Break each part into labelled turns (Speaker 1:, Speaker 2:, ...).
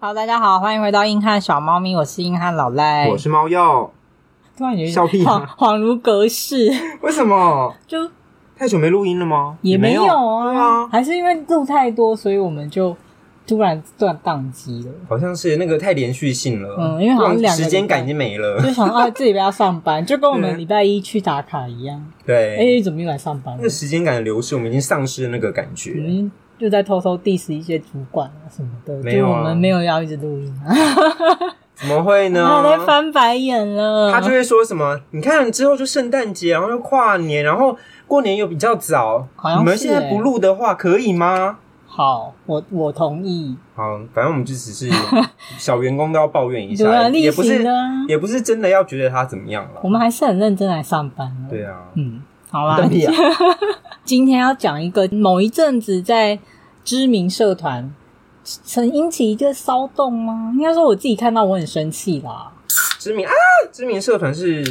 Speaker 1: Hello，大家好，欢迎回到硬汉小猫咪，我是硬汉老赖，
Speaker 2: 我是猫药，
Speaker 1: 突然有一
Speaker 2: 笑屁
Speaker 1: 恍
Speaker 2: 啊
Speaker 1: 恍如隔 世，
Speaker 2: 为什么
Speaker 1: 就
Speaker 2: 太久没录音了吗？
Speaker 1: 也
Speaker 2: 没
Speaker 1: 没有
Speaker 2: 对啊，
Speaker 1: 还是因为录太多，所以我们就突然断宕机了。
Speaker 2: 好像是那个太连续性了，
Speaker 1: 嗯因为好像
Speaker 2: 不然
Speaker 1: 两个
Speaker 2: 时间感已经没了。
Speaker 1: 就想 啊，这礼拜要上班，就跟我
Speaker 2: 对
Speaker 1: 们
Speaker 2: 啊
Speaker 1: 礼拜一去打卡一样。哎、
Speaker 2: 对，
Speaker 1: 怎么又来上班了
Speaker 2: 那个？时间感的流逝，我们已经丧失了那个感觉。
Speaker 1: 嗯，就在偷偷 diss 一些主管啊什么的，
Speaker 2: 没有
Speaker 1: 就
Speaker 2: 啊
Speaker 1: 我们没有要一直录音啊，
Speaker 2: 怎么 会
Speaker 1: 他在
Speaker 2: 呢？
Speaker 1: 翻白眼了。
Speaker 2: 啊他就会说什么？你看之后就圣诞节，然后又跨年，然后过年又比较早。
Speaker 1: 好像是
Speaker 2: 你们现在不录的话，可以吗？
Speaker 1: 好，我我同意，
Speaker 2: 好，反正我们就 只是小员工都要抱怨一
Speaker 1: 对啊
Speaker 2: 下，
Speaker 1: 例
Speaker 2: 也不
Speaker 1: 行
Speaker 2: 是
Speaker 1: 的啊
Speaker 2: 也不是真的要觉得他怎么样了
Speaker 1: 我。们还是很认真来上班啊。
Speaker 2: 对啊，
Speaker 1: 嗯，好 啦
Speaker 2: 你，啊！
Speaker 1: 今天要讲一个某一阵子在知名社团曾引起一个骚动吗？应该说我自己看到我很生气啦。
Speaker 2: 知名啊，知名社团是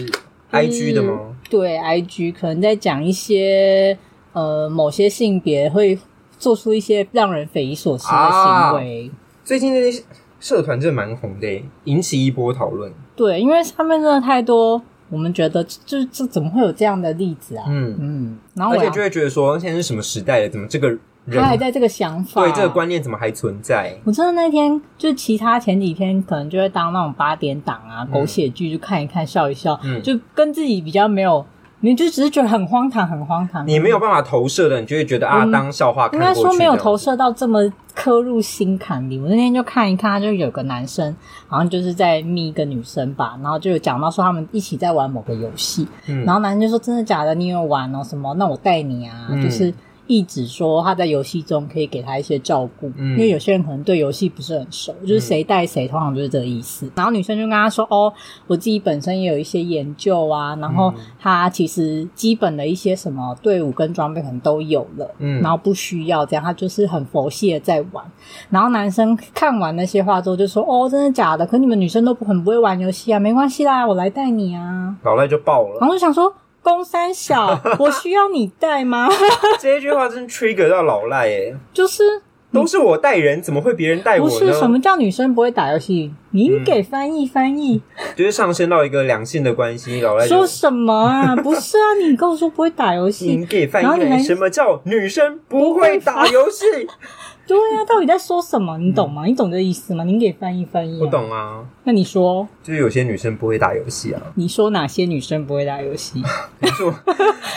Speaker 2: IG 的吗？
Speaker 1: 对，IG 可能在讲一些呃某些性别会做出一些让人匪夷所思的行为。
Speaker 2: 最近这些社团真的蛮红的耶，欸引起一波讨论。
Speaker 1: 对，因为上面真的太多，我们觉得这这这怎么会有这样的例子啊？
Speaker 2: 嗯，
Speaker 1: 嗯，然后
Speaker 2: 而
Speaker 1: 我
Speaker 2: 且
Speaker 1: 要
Speaker 2: 就会觉得说，现在是什么时代了？怎么这个人
Speaker 1: 他还在这个想法，
Speaker 2: 对这个观念怎么还存在？
Speaker 1: 我真的那天就其他前几天可能就会当那种八点档啊、
Speaker 2: 嗯
Speaker 1: 狗血剧，就看一看笑一笑，
Speaker 2: 嗯
Speaker 1: 就跟自己比较没有，你就只是觉得很荒唐，很荒唐。
Speaker 2: 你没有办法投射的，你就会觉得啊，
Speaker 1: 嗯
Speaker 2: 当笑话看
Speaker 1: 应
Speaker 2: 过
Speaker 1: 该
Speaker 2: 去这样。
Speaker 1: 说没有投射到这么刻入心坎里。我那天就看一看，他就有个男生，好像就是在密一个女生吧，然后就有讲到说他们一起在玩某个游戏，
Speaker 2: 嗯，
Speaker 1: 然后男生就说：“真的假的？你有玩哦？什么？那我带你啊！”
Speaker 2: 嗯
Speaker 1: 就是一直说他在游戏中可以给他一些照顾，
Speaker 2: 嗯
Speaker 1: 因为有些人可能对游戏不是很熟，就是谁带谁，通常就是这个意思。然后女生就跟他说：“哦，我自己本身也有一些研究啊，然后
Speaker 2: 嗯
Speaker 1: 他其实基本的一些什么队伍跟装备可能都有了。”
Speaker 2: 嗯
Speaker 1: 然后不需要这样，他就是很佛系的在玩。然后男生看完那些话之后就说：“哦，真的假的？可你们女生都不很不会玩游戏啊，没关系啦，我来带你啊。”
Speaker 2: 老赖就爆了
Speaker 1: 然，后我就想说，公三小，我需要你带吗？
Speaker 2: 这一句话真 trigger 到老赖耶，
Speaker 1: 就是
Speaker 2: 都是我带人，怎么会别人带
Speaker 1: 嗯不
Speaker 2: 我
Speaker 1: 是什
Speaker 2: 呢？嗯
Speaker 1: 么叫女生不会打游戏？你给翻译翻译，
Speaker 2: 就是上升到一个良性的关系，老嗯赖就
Speaker 1: 说什么啊？ 不是啊，你跟我说不会打游
Speaker 2: 你
Speaker 1: 戏，
Speaker 2: 嗯给翻
Speaker 1: 然后
Speaker 2: 译
Speaker 1: 你还
Speaker 2: 来什么叫女生不会打游戏？
Speaker 1: 对啊，到底在说什么？你懂吗？你懂这意思吗？你给翻译翻译、
Speaker 2: 不。嗯懂啊，
Speaker 1: 那你说，
Speaker 2: 就是有些女生不会打游戏啊。
Speaker 1: 你说哪些女生不会打游戏？
Speaker 2: 你 说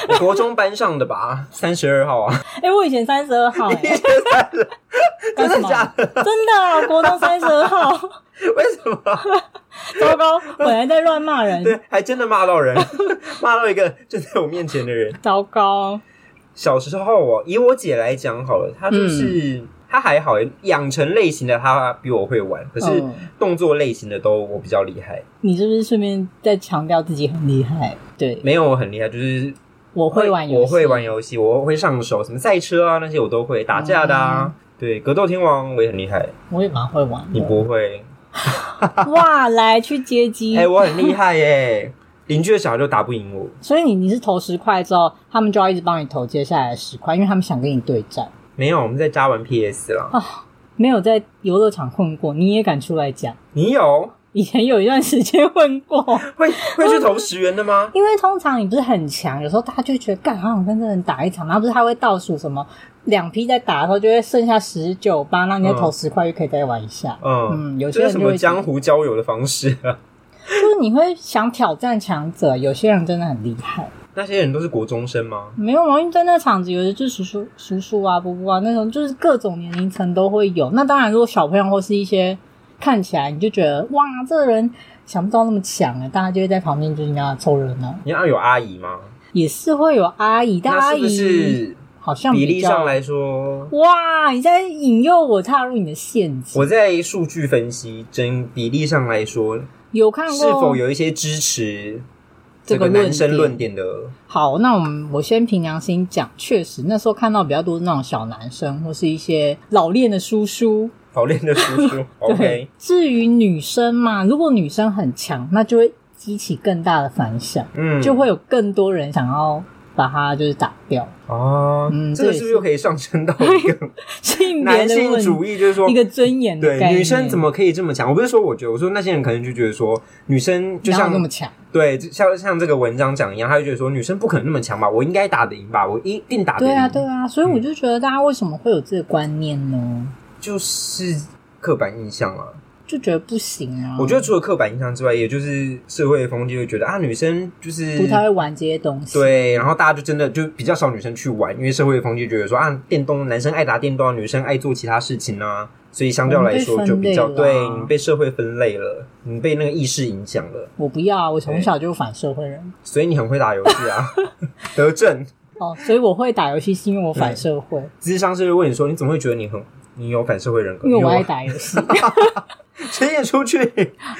Speaker 2: 我国中班上的吧，三十二号啊，
Speaker 1: 哎、我以前三十二号、哎， 干
Speaker 2: 真
Speaker 1: 什
Speaker 2: 的
Speaker 1: 么
Speaker 2: 假的？
Speaker 1: 真的啊，国中三十二号，
Speaker 2: 为什么？
Speaker 1: 糟糕，本来在乱骂人，
Speaker 2: 对，还真的骂到 人，骂到一个正在我面前的人。
Speaker 1: 糟糕，
Speaker 2: 小时候哦，以我姐来讲好了，她就是、她还好，养成类型的她比我会玩，可是
Speaker 1: 嗯
Speaker 2: 动作类型的都我比较厉害，
Speaker 1: 你是不是顺便在强调自己很厉害？对，
Speaker 2: 没有我很厉害，就是
Speaker 1: 我会玩游戏，
Speaker 2: 我会玩游戏，我会上手，什么赛车啊那些我都会，打架的啊，对，格斗天王我也很厉害，
Speaker 1: 我也蛮会玩的。
Speaker 2: 你不会？
Speaker 1: 哇，来去接机，
Speaker 2: 哎、我很厉害耶！邻居的小孩都打不赢我，
Speaker 1: 所以你你是投十块之后，他们就要一直帮你投接下来的十块，因为他们想跟你对战。
Speaker 2: 没有，我们在家玩 PS 啦。
Speaker 1: 没有在游乐场混过，你也敢出来讲？
Speaker 2: 你有
Speaker 1: 以前有一段时间混 过，
Speaker 2: 会会去投十元的吗？
Speaker 1: 因为通常你不是很强，有时候大家就觉得干，好想跟这人打一场，然后不是他会倒数什么，两批在打的时候就会剩下十九八，那你再投十块就可以再玩一下。
Speaker 2: 嗯，
Speaker 1: 嗯，有些
Speaker 2: 这
Speaker 1: 人
Speaker 2: 是什
Speaker 1: 就
Speaker 2: 么
Speaker 1: 会觉得
Speaker 2: 江湖交友的方式啊？
Speaker 1: 就是你会想挑战强者，有些人真的很厉害。
Speaker 2: 那些人都是国中生吗？
Speaker 1: 没有啊，因为在那场子，有的就是叔叔、叔叔啊、伯伯啊那种，就是各种年龄层都会有。那当然，如果小朋友或是一些看起来你就觉得哇，这个人想不到那么强啊，大家就会在旁边就应该凑热闹，
Speaker 2: 你要有阿姨吗？
Speaker 1: 也是会有阿姨，但
Speaker 2: 那
Speaker 1: 阿
Speaker 2: 是不
Speaker 1: 姨
Speaker 2: 是
Speaker 1: 好像
Speaker 2: 比
Speaker 1: 比
Speaker 2: 例
Speaker 1: 较
Speaker 2: 上来说，
Speaker 1: 哇，你在引诱我踏入你的陷阱。
Speaker 2: 我在数据分析整比例上来说，
Speaker 1: 有看过
Speaker 2: 是否有一些支持
Speaker 1: 这
Speaker 2: 这
Speaker 1: 个
Speaker 2: 个
Speaker 1: 论
Speaker 2: 男生论
Speaker 1: 点？
Speaker 2: 点 的？
Speaker 1: 好，那我们我先凭良心讲，确实那时候看到比较多那种小男生或是一些老练的叔叔。
Speaker 2: 老练的 叔叔
Speaker 1: 对
Speaker 2: ，OK，，
Speaker 1: 至于女生嘛，如果女生很强，那就会激起更大的反响，
Speaker 2: 嗯，
Speaker 1: 就会有更多人想要把它就是打掉，
Speaker 2: 哦，
Speaker 1: 嗯
Speaker 2: 这个
Speaker 1: 这也
Speaker 2: 是不是又可以上升到一个
Speaker 1: 性别
Speaker 2: 男
Speaker 1: 的
Speaker 2: 性
Speaker 1: 问
Speaker 2: 主
Speaker 1: 题，
Speaker 2: 义？就是说
Speaker 1: 一，个尊严的概
Speaker 2: 对
Speaker 1: 念。
Speaker 2: 女生怎么可以这么强？我不是说我觉得，我说那些人可能就觉得说，女生就
Speaker 1: 哪有
Speaker 2: 像
Speaker 1: 那么强？
Speaker 2: 对，就像像这个文章讲一样，他就觉得说女生不可能那么强吧，我应该打得赢吧，我一定打得嗯
Speaker 1: 对
Speaker 2: 赢。
Speaker 1: 啊，对啊，所以我就觉得大家为什么会有这个观念呢？
Speaker 2: 就是刻板印象啊。
Speaker 1: 就觉得不行啊。
Speaker 2: 我觉得除了刻板印象之外，也就是社会风气会觉得啊，女生就是
Speaker 1: 不太会玩这些东西。
Speaker 2: 对，然后大家就真的就比较少女生去玩，因为社会风气觉得说啊，电动男生爱打电动啊，女生爱做其他事情啊，所以相对来
Speaker 1: 我
Speaker 2: 说
Speaker 1: 们被
Speaker 2: 就比较
Speaker 1: 分类
Speaker 2: 对
Speaker 1: 了啊
Speaker 2: 你被社会分类了，你被那个意识影响了，
Speaker 1: 我不要啊！我从小就反社会人
Speaker 2: 所以你很会打游戏 啊，德政。
Speaker 1: 哦，所以我会打游戏是因为我反社会，
Speaker 2: 智商是会问你说，你怎么会觉得你很你有反社会人格？
Speaker 1: 因为我爱打游戏。
Speaker 2: 谁也出去。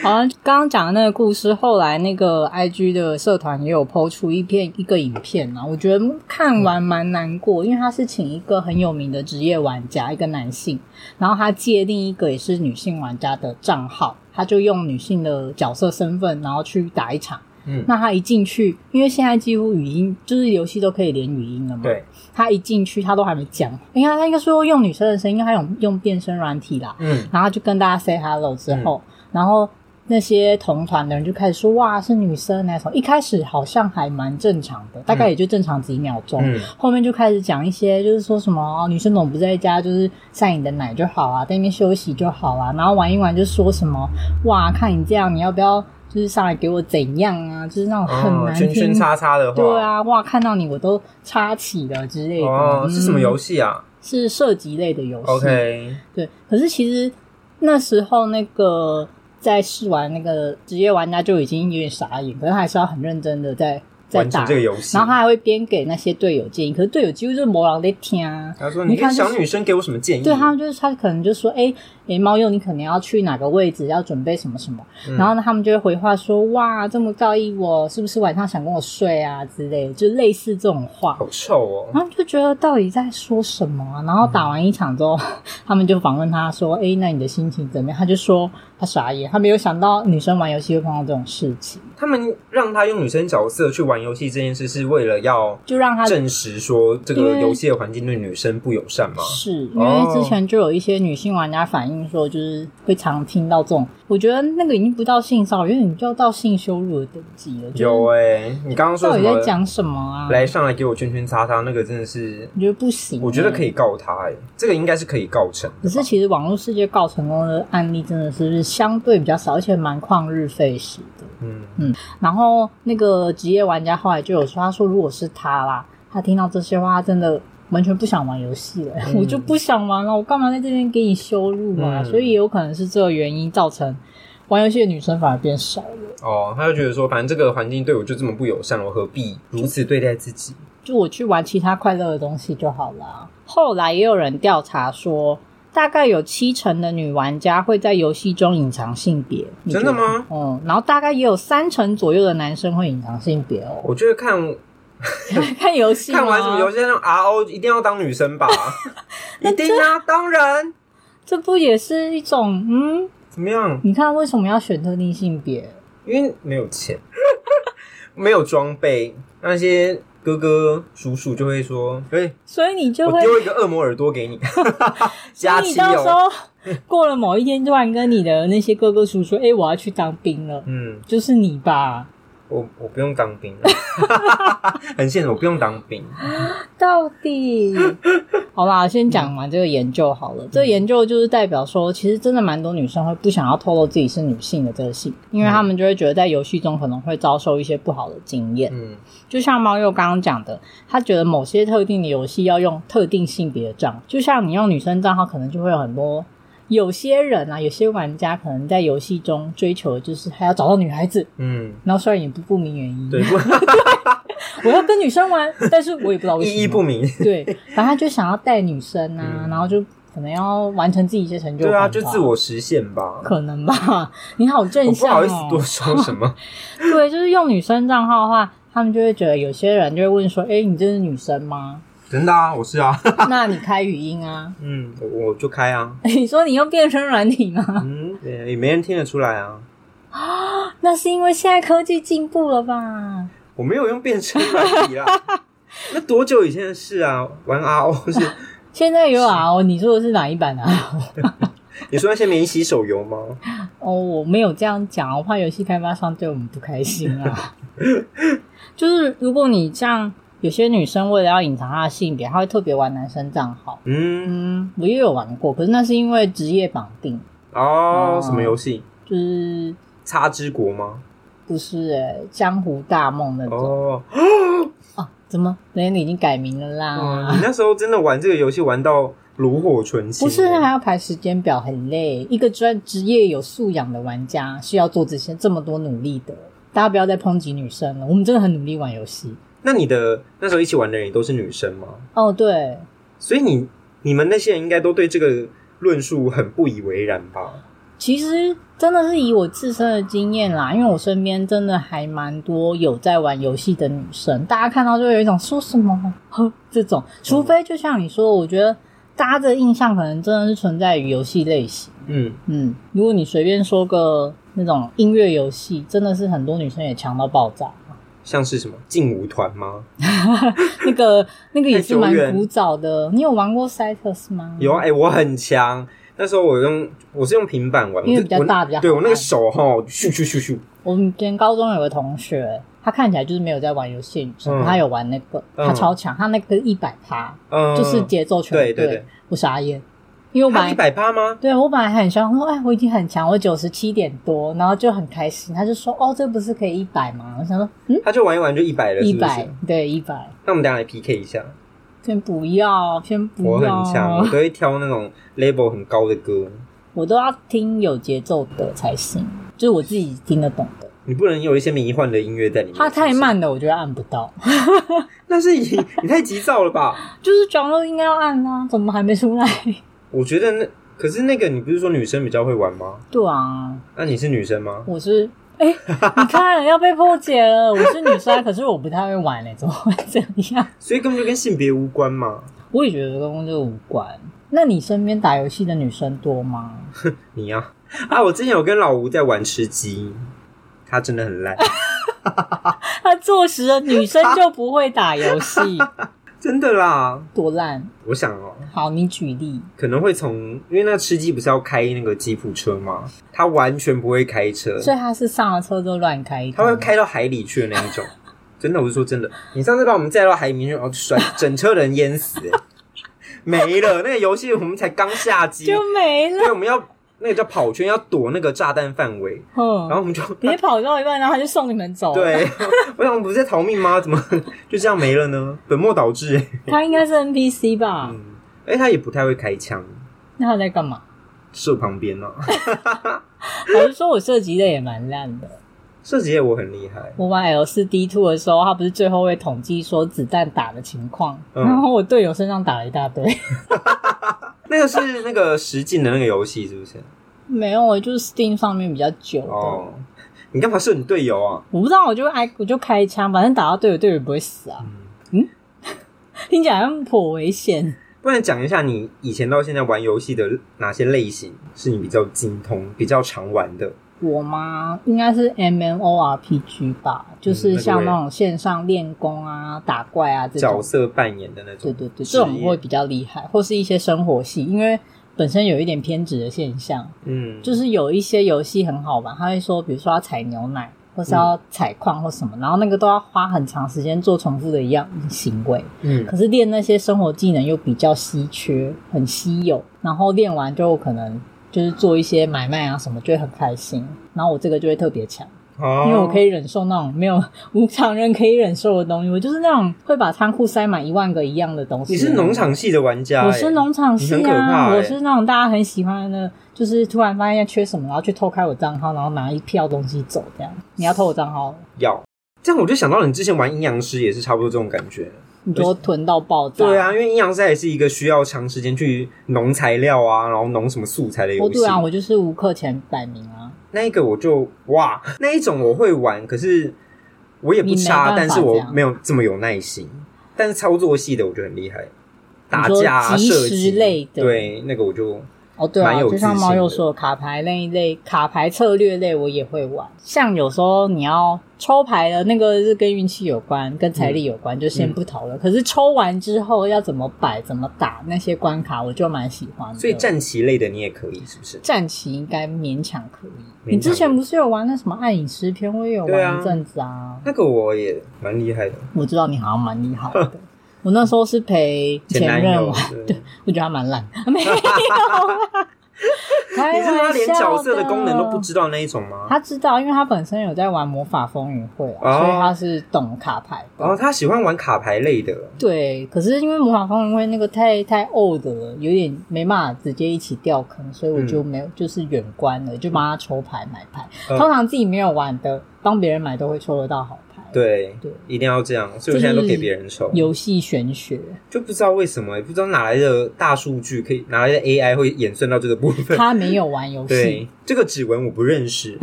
Speaker 1: 好像刚刚讲的那个故事，后来那个 IG 的社团也有抛出一片一个影片啊，我觉得看完蛮难过，因为他是请一个很有名的职业玩家，一个男性，然后他借另一个也是女性玩家的账号，他就用女性的角色身份，然后去打一场。
Speaker 2: 嗯
Speaker 1: 那他一进去，因为现在几乎语音就是游戏都可以连语音了嘛，
Speaker 2: 对，
Speaker 1: 他一进去，他都还没讲。你看，他应该说用女生的声音，因为他有用变声软体啦。
Speaker 2: 嗯，
Speaker 1: 然后就跟大家 say hello 之后，然后那些同团的人就开始说哇是女生那种，一开始好像还蛮正常的，大概也就正常几秒钟，
Speaker 2: 嗯
Speaker 1: 后面就开始讲一些就是说什么、哦女生怎么不在家，就是晒你的奶就好啊，在那边休息就好啊，然后玩一玩就说什么哇看你这样，你要不要就是上来给我怎样啊，就是那种很
Speaker 2: 哦
Speaker 1: 难，
Speaker 2: 圈圈
Speaker 1: 听。
Speaker 2: 叉叉的话，
Speaker 1: 对，啊，哇！看到你我都插起了之类的。
Speaker 2: 哦，是什么游戏啊
Speaker 1: 嗯？是射击类的游戏。
Speaker 2: ？OK，
Speaker 1: 对，可是其实那时候那个在试玩那个职业玩家就已经有点傻眼，可是他还是要很认真的在在
Speaker 2: 完成
Speaker 1: 打
Speaker 2: 这个游戏。
Speaker 1: 然后他还会边给那些队友建议，可是队友几乎就是没人在听啊。
Speaker 2: 他说：“
Speaker 1: 你
Speaker 2: 你
Speaker 1: 看
Speaker 2: 看
Speaker 1: 这
Speaker 2: 小女生给我什么建议？”
Speaker 1: 对他们就是他可能就说，哎、诶猫鼬，你可能要去哪个位置，要准备什么什么，
Speaker 2: 嗯
Speaker 1: 然后呢，他们就会回话说，哇，这么在意我，是不是晚上想跟我睡啊之类的，就类似这种话。
Speaker 2: 好臭哦。
Speaker 1: 然后就觉得到底在说什么啊、然后打完一场之后，他们就访问他说：“哎，那你的心情怎么样？”他就说他傻眼，他没有想到女生玩游戏会碰到这种事情，
Speaker 2: 他们让他用女生角色去玩游戏这件事，是为了要
Speaker 1: 就让他
Speaker 2: 证实说这
Speaker 1: 啊因
Speaker 2: 个
Speaker 1: 为
Speaker 2: 游戏的环境对女生不友善吗？
Speaker 1: 是因
Speaker 2: 哦
Speaker 1: 为之前就有一些女性玩家反映说，就是会常听到这种，我觉得那个已经不到性骚扰，因为你就要到性羞辱的等级了。就是
Speaker 2: 有哎、你刚刚说
Speaker 1: 到
Speaker 2: 什
Speaker 1: 底
Speaker 2: 么
Speaker 1: 在？讲什么啊？
Speaker 2: 来上来给我圈圈叉叉，那个真的是，
Speaker 1: 我觉得不行、
Speaker 2: 我觉得可
Speaker 1: 以。
Speaker 2: 以告他哎、这个应该是可以告成
Speaker 1: 可
Speaker 2: 的
Speaker 1: 是
Speaker 2: 吧。
Speaker 1: 其实网络世界告成功的案例真的是相对比较少，而且蛮旷日费时的。
Speaker 2: 嗯，
Speaker 1: 然后那个职业玩家后来就有说，他说如果是他啦，他听到这些话，他真的完全不想玩游戏了， 我就不想玩了，我干嘛在这边给你羞辱啊？
Speaker 2: 嗯
Speaker 1: 所以也有可能是这个原因造成玩游戏的女生反而变少了。
Speaker 2: 哦，他就觉得说，反正这个环境对我就这么不友善，我何必如此对待自己？
Speaker 1: 就我去玩其他快乐的东西就好啦。后来也有人调查说，大概有七成的女玩家会在游戏中隐藏性别，你
Speaker 2: 真的
Speaker 1: 觉得？
Speaker 2: 吗？
Speaker 1: 嗯，然后大概也有三成左右的男生会隐藏性别哦。
Speaker 2: 我觉得看
Speaker 1: 看游戏吗，
Speaker 2: 看完什么游戏，那种 RO 一定要当 女生吧？一定啊，当然。
Speaker 1: 这不也是一种嗯？
Speaker 2: 怎么样？
Speaker 1: 你看为什么要选特定性别？
Speaker 2: 因为没有钱， 没有装备，那些哥哥叔叔就会说：“哎、
Speaker 1: 所以你就
Speaker 2: 我
Speaker 1: 会，
Speaker 2: 丢一个恶魔耳朵 给你， 加
Speaker 1: 所以你
Speaker 2: 七
Speaker 1: 到时
Speaker 2: 哦。
Speaker 1: 候过了某一天，突然跟你的那些哥哥叔叔说：“哎、我要去当兵了。”
Speaker 2: 嗯，
Speaker 1: 就是你吧？
Speaker 2: 我我不用当兵， 很现实，我不用当兵。
Speaker 1: 到 底好啦，先讲完这个研究好
Speaker 2: 嗯
Speaker 1: 了。这个研究就是代表说，其实真的蛮多女生会不想要透露自己是女性的这个性，因为
Speaker 2: 嗯
Speaker 1: 她们就会觉得在游戏中可能会遭受一些不好的经验。
Speaker 2: 嗯，
Speaker 1: 就像猫又刚刚讲的，他觉得某些特定的游戏要用特定性别的账号，就像你用女生账号，可能就会有很多。有些人啊，有些玩家可能在游戏中追求的就是还要找到女孩子，
Speaker 2: 嗯，
Speaker 1: 然后虽然也不不明原因，
Speaker 2: 对，
Speaker 1: 我要跟女生玩，但是我也不知道为什么，
Speaker 2: 意义不明。
Speaker 1: 对，反正他就想要带女生啊，
Speaker 2: 嗯
Speaker 1: 然后就可能要完成自己一些成就
Speaker 2: 对
Speaker 1: 感吧
Speaker 2: 啊，就自我实现吧。
Speaker 1: 可能吧。你好正
Speaker 2: 我不
Speaker 1: 向哦，
Speaker 2: 好意思多说什
Speaker 1: 哦
Speaker 2: 么。
Speaker 1: 对，就是用女生账号的话，他们就会觉得有些人就会问说：“哎，你这是女生吗？
Speaker 2: 真的啊，我是啊，
Speaker 1: 那你开语音啊？
Speaker 2: 嗯，我我就开啊，
Speaker 1: 你说你用变声软体 吗？
Speaker 2: 嗯，也也没人听得出来啊。
Speaker 1: 那是因为现在科技进步了吧？
Speaker 2: 我没有用变声软体啦，啊那多久以前的事啊？玩 RO 是
Speaker 1: 现在有 RO，你说的是哪一版啊？
Speaker 2: 你说那些免洗手游吗？
Speaker 1: 哦，我没有这样讲，我怕游戏开发商对我们不开心 啊。就是如果你像有些女生为了要隐藏她的性别，她会特别玩男生账号。
Speaker 2: 嗯，
Speaker 1: 嗯，我也有玩过，可是那是因为职业绑定，
Speaker 2: 哦
Speaker 1: 哦，
Speaker 2: 什么游戏？
Speaker 1: 就是
Speaker 2: 插之国吗？
Speaker 1: 不是、欸、江湖大梦那种。
Speaker 2: 哦，
Speaker 1: 哦、怎么？人家你已经改名了啦。
Speaker 2: 哦，你那时候真的玩这个游戏玩到炉火纯青，欸
Speaker 1: 不是啊还要排时间表，很累。一个专职业有素养的玩家是要做这些这么多努力的。大家不要再抨击女生了，我们真的很努力玩游戏。
Speaker 2: 那你的那时候一起玩的人也都是女生吗？
Speaker 1: 哦，对，
Speaker 2: 所以你你们那些人应该都对这个论述很不以为然吧？
Speaker 1: 其实真的是以我自身的经验啦，因为我身边真的还蛮多有在玩游戏的女生，大家看到就会有一种说什么呵这种，除非就像你说，我觉得大家的印象可能真的是存在于游戏类型。
Speaker 2: 嗯，
Speaker 1: 嗯，如果你随便说个那种音乐游戏，真的是很多女生也强到爆炸。
Speaker 2: 像是什么劲舞团吗？
Speaker 1: 那个那个也是蛮
Speaker 2: 太久远
Speaker 1: 古早的，你有玩过 Cytus 吗？
Speaker 2: 有啊，哎、我很强。那时候我用我是用平板玩，
Speaker 1: 因为
Speaker 2: 我就
Speaker 1: 比较大
Speaker 2: 我
Speaker 1: 比较好
Speaker 2: 对我那个
Speaker 1: 按
Speaker 2: 手哈，咻咻咻咻，
Speaker 1: 我们以前高中有个同学，她看起来就是没有在玩游戏的女生，
Speaker 2: 嗯
Speaker 1: 她有玩那个，
Speaker 2: 嗯
Speaker 1: 她超强，她那个一百趴，
Speaker 2: 嗯，
Speaker 1: 就是节奏全
Speaker 2: 对对对
Speaker 1: 我傻眼，因为我本
Speaker 2: 他一
Speaker 1: 来。
Speaker 2: 百八吗？
Speaker 1: 对，我本来很想说，哎，我已经很强，我九十七点多，然后就很开心。他就说，哦，这不是可以一百吗？我想说，嗯，
Speaker 2: 他就玩一玩就一百了，
Speaker 1: 一
Speaker 2: 是不
Speaker 1: 百
Speaker 2: 是？，
Speaker 1: 对，一百，
Speaker 2: 那我们等一下来 PK 一下。
Speaker 1: 先不要，先不
Speaker 2: 我很
Speaker 1: 要，
Speaker 2: 强，啊我都会挑那种 level 很高的歌。
Speaker 1: 我都要听有节奏的才行，就是我自己听得懂的。
Speaker 2: 你不能有一些迷幻的音乐在里面。
Speaker 1: 它太
Speaker 2: 是不是，
Speaker 1: 慢了，我觉得按不到。
Speaker 2: 那是你你太急躁了吧？
Speaker 1: 就是角落应该要按啊，怎么还没出来？
Speaker 2: 我觉得那可是那个你不是说女生比较会玩吗？
Speaker 1: 对啊，
Speaker 2: 那你是女生吗？
Speaker 1: 我是哎、你看要被破解了。我是女生，啊 可是我不太会玩欸嘞、怎么会这样？
Speaker 2: 所以根本就跟性别无关嘛。
Speaker 1: 我也觉得跟这个无关。那你身边打游戏的女生多吗？
Speaker 2: 你呀、啊，啊，我之前有跟老吴在玩吃鸡，他真的很烂，
Speaker 1: 她坐实了女生就不会打游 戏，
Speaker 2: 真的啦。
Speaker 1: 多烂！
Speaker 2: 我想哦，
Speaker 1: 好，你举例，
Speaker 2: 可能会从因为那吃鸡不是要开那个吉普车吗？他完全不会开车，
Speaker 1: 所以她是上了车就乱开一通，
Speaker 2: 他会开到海里去的那一种。 真的，我是说真的，你上次把我们载到海里面去，然后摔，整车人淹死、欸没了。那个游戏我们才刚下机，
Speaker 1: 就
Speaker 2: 因
Speaker 1: 没了。
Speaker 2: 为我们要那个叫跑圈，要躲那个炸弹范围，然后
Speaker 1: 嗯，
Speaker 2: 我们就
Speaker 1: 你跑到一半，然后她就送你们走了。
Speaker 2: 对， 我想我们不是在逃命吗？怎么 就这样没了呢？本末倒置、欸。
Speaker 1: 她应该是 NPC 吧？
Speaker 2: 嗯，哎，他也不太会开枪，
Speaker 1: 那她在干嘛？
Speaker 2: 射旁边啊。
Speaker 1: 老实说，我射击的也蛮烂的。
Speaker 2: 射击业我很厉害，
Speaker 1: 我玩 L 四 D two 的时候，他不是最后会统计说子弹打的情况，
Speaker 2: 嗯
Speaker 1: 然后我队友身上打了一大堆。
Speaker 2: 那个是那个实境的那个游戏是不是？
Speaker 1: 没有，就是 Steam 上面比较久的，
Speaker 2: 哦，你干嘛射你队友啊？
Speaker 1: 我不知道，我就挨我就开枪，反正打到队友，队友也不会死啊。嗯，听起来好像颇危险。
Speaker 2: 不然讲一下你以前到现在玩游戏的哪些类型是你比较精通、比较常玩的？
Speaker 1: 我吗？应该是 M M O R P G 吧，
Speaker 2: 嗯
Speaker 1: 就是像那种线上练功啊、打怪啊这种
Speaker 2: 角色扮演的那
Speaker 1: 对
Speaker 2: 种？
Speaker 1: 对对，
Speaker 2: 职
Speaker 1: 这
Speaker 2: 业
Speaker 1: 种会比较厉害，或是一些生活系，因为本身有一点偏执的现象，
Speaker 2: 嗯，
Speaker 1: 就是有一些游戏很好玩，他会说，比如说要采牛奶，或是
Speaker 2: 嗯
Speaker 1: 要采矿或什么，然后那个都要花很长时间做重复的一样行为。
Speaker 2: 嗯，
Speaker 1: 可是练那些生活技能又比较稀缺，很稀有，然后练完就可能就是做一些买卖啊什么，就会很开心。然后我这个就会特别强。
Speaker 2: 哦
Speaker 1: 因为我可以忍受那种没有无常人可以忍受的东西，我就是那种会把仓库塞满一万个一样的东西。啊
Speaker 2: 你是农，场系的玩家、欸，
Speaker 1: 我是农场系
Speaker 2: 你很可
Speaker 1: 啊，
Speaker 2: 怕欸
Speaker 1: 我是那种大家很喜欢的，就是突然发现缺什么，然后去偷开我账号，然后拿一票东西走这样。你要偷我账号，
Speaker 2: 哎要这样，我就想到你之前玩阴阳师也是差不多这种感觉。
Speaker 1: 你就囤到爆炸。
Speaker 2: 对，啊，因为阴阳师也是一个需要长时间去农材料啊，然后农什么素材的
Speaker 1: 我
Speaker 2: 游戏
Speaker 1: 对。啊，我就是无课前摆明啊，
Speaker 2: 那一个我就哇， 那一种我会玩，可是我也不差，
Speaker 1: 你没办法
Speaker 2: 但是
Speaker 1: 这
Speaker 2: 我
Speaker 1: 样
Speaker 2: 没有这么有耐心。但是操作系的我就很厉害，打
Speaker 1: 你说
Speaker 2: 架、啊、
Speaker 1: 即
Speaker 2: 射
Speaker 1: 时
Speaker 2: 击
Speaker 1: 类的
Speaker 2: 对那个我就
Speaker 1: 哦，对
Speaker 2: 蛮
Speaker 1: 啊，
Speaker 2: 有
Speaker 1: 就像
Speaker 2: 自信
Speaker 1: 猫又
Speaker 2: 的
Speaker 1: 说的，卡牌那一类、卡牌策略类我也会玩。像有时候你要抽牌的那个是跟运气有关，跟财力有关，就
Speaker 2: 嗯
Speaker 1: 先不讨论。可是抽完之后要怎么摆、怎么打那些关卡，我就蛮喜欢的。
Speaker 2: 所以战棋类的你也可以，是不是？
Speaker 1: 战棋应该勉强可以。
Speaker 2: 勉强
Speaker 1: 你之前不是有玩那什么暗影诗篇？我也有
Speaker 2: 对啊
Speaker 1: 玩一阵子啊。
Speaker 2: 那个我也蛮厉害的，
Speaker 1: 我知道你好像蛮厉害 的。我那时候是陪前
Speaker 2: 男
Speaker 1: 任啊
Speaker 2: 友
Speaker 1: 玩，
Speaker 2: 对，
Speaker 1: 我觉得他蛮烂，没 有啦。啊你
Speaker 2: 你是说他连角色的功能都不知道那一种吗？
Speaker 1: 他知道，因为他本身有在玩魔法风云会啊，
Speaker 2: 哦
Speaker 1: 所以他是懂卡牌的。
Speaker 2: 然后他喜欢玩卡牌类的，
Speaker 1: 对，可是因为魔法风云会那个太太 old 了，有点没办法直接一起掉坑，所以我就没有、就是远观了，就帮他抽牌买牌。
Speaker 2: 嗯
Speaker 1: 通常自己没有玩的，帮别人买都会抽得到好牌。，
Speaker 2: 对
Speaker 1: 对，
Speaker 2: 一定要这样。所以我现在都给别人抽，
Speaker 1: 游戏玄学，
Speaker 2: 就不知道为什么，也不知道哪来的大数据可以哪来的 AI 会演算到这个部分。
Speaker 1: 他没有玩游戏。
Speaker 2: 对，这个指纹我不 认识，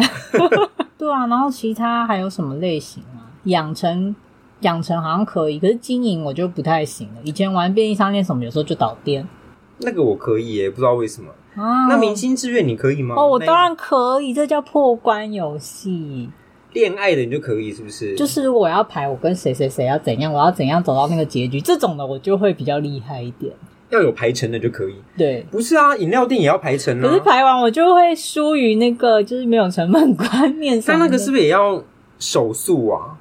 Speaker 1: 对啊，然后其他还有什么类型啊？养成养成好像可以，可是经营我就不太行了。以前玩便利商店什么，有时候就倒店
Speaker 2: 那个我可以耶，不知道为什么。
Speaker 1: 啊。
Speaker 2: 那明星志愿你可以吗？
Speaker 1: 哦，我
Speaker 2: 那
Speaker 1: 当然可以，这叫破关游戏。
Speaker 2: 恋爱的你就可以，是不是？
Speaker 1: 就是如果我要排我跟谁谁谁要怎样，我要怎样走到那个结局，这种的我就会比较厉害一点。
Speaker 2: 要有排程的就可以。
Speaker 1: 对，
Speaker 2: 不是啊，饮料店也要排程
Speaker 1: 可是
Speaker 2: 啊。
Speaker 1: 排完我就会输于那个就是没有成本观念上
Speaker 2: 但
Speaker 1: 的。
Speaker 2: 那个是不是也要手速啊？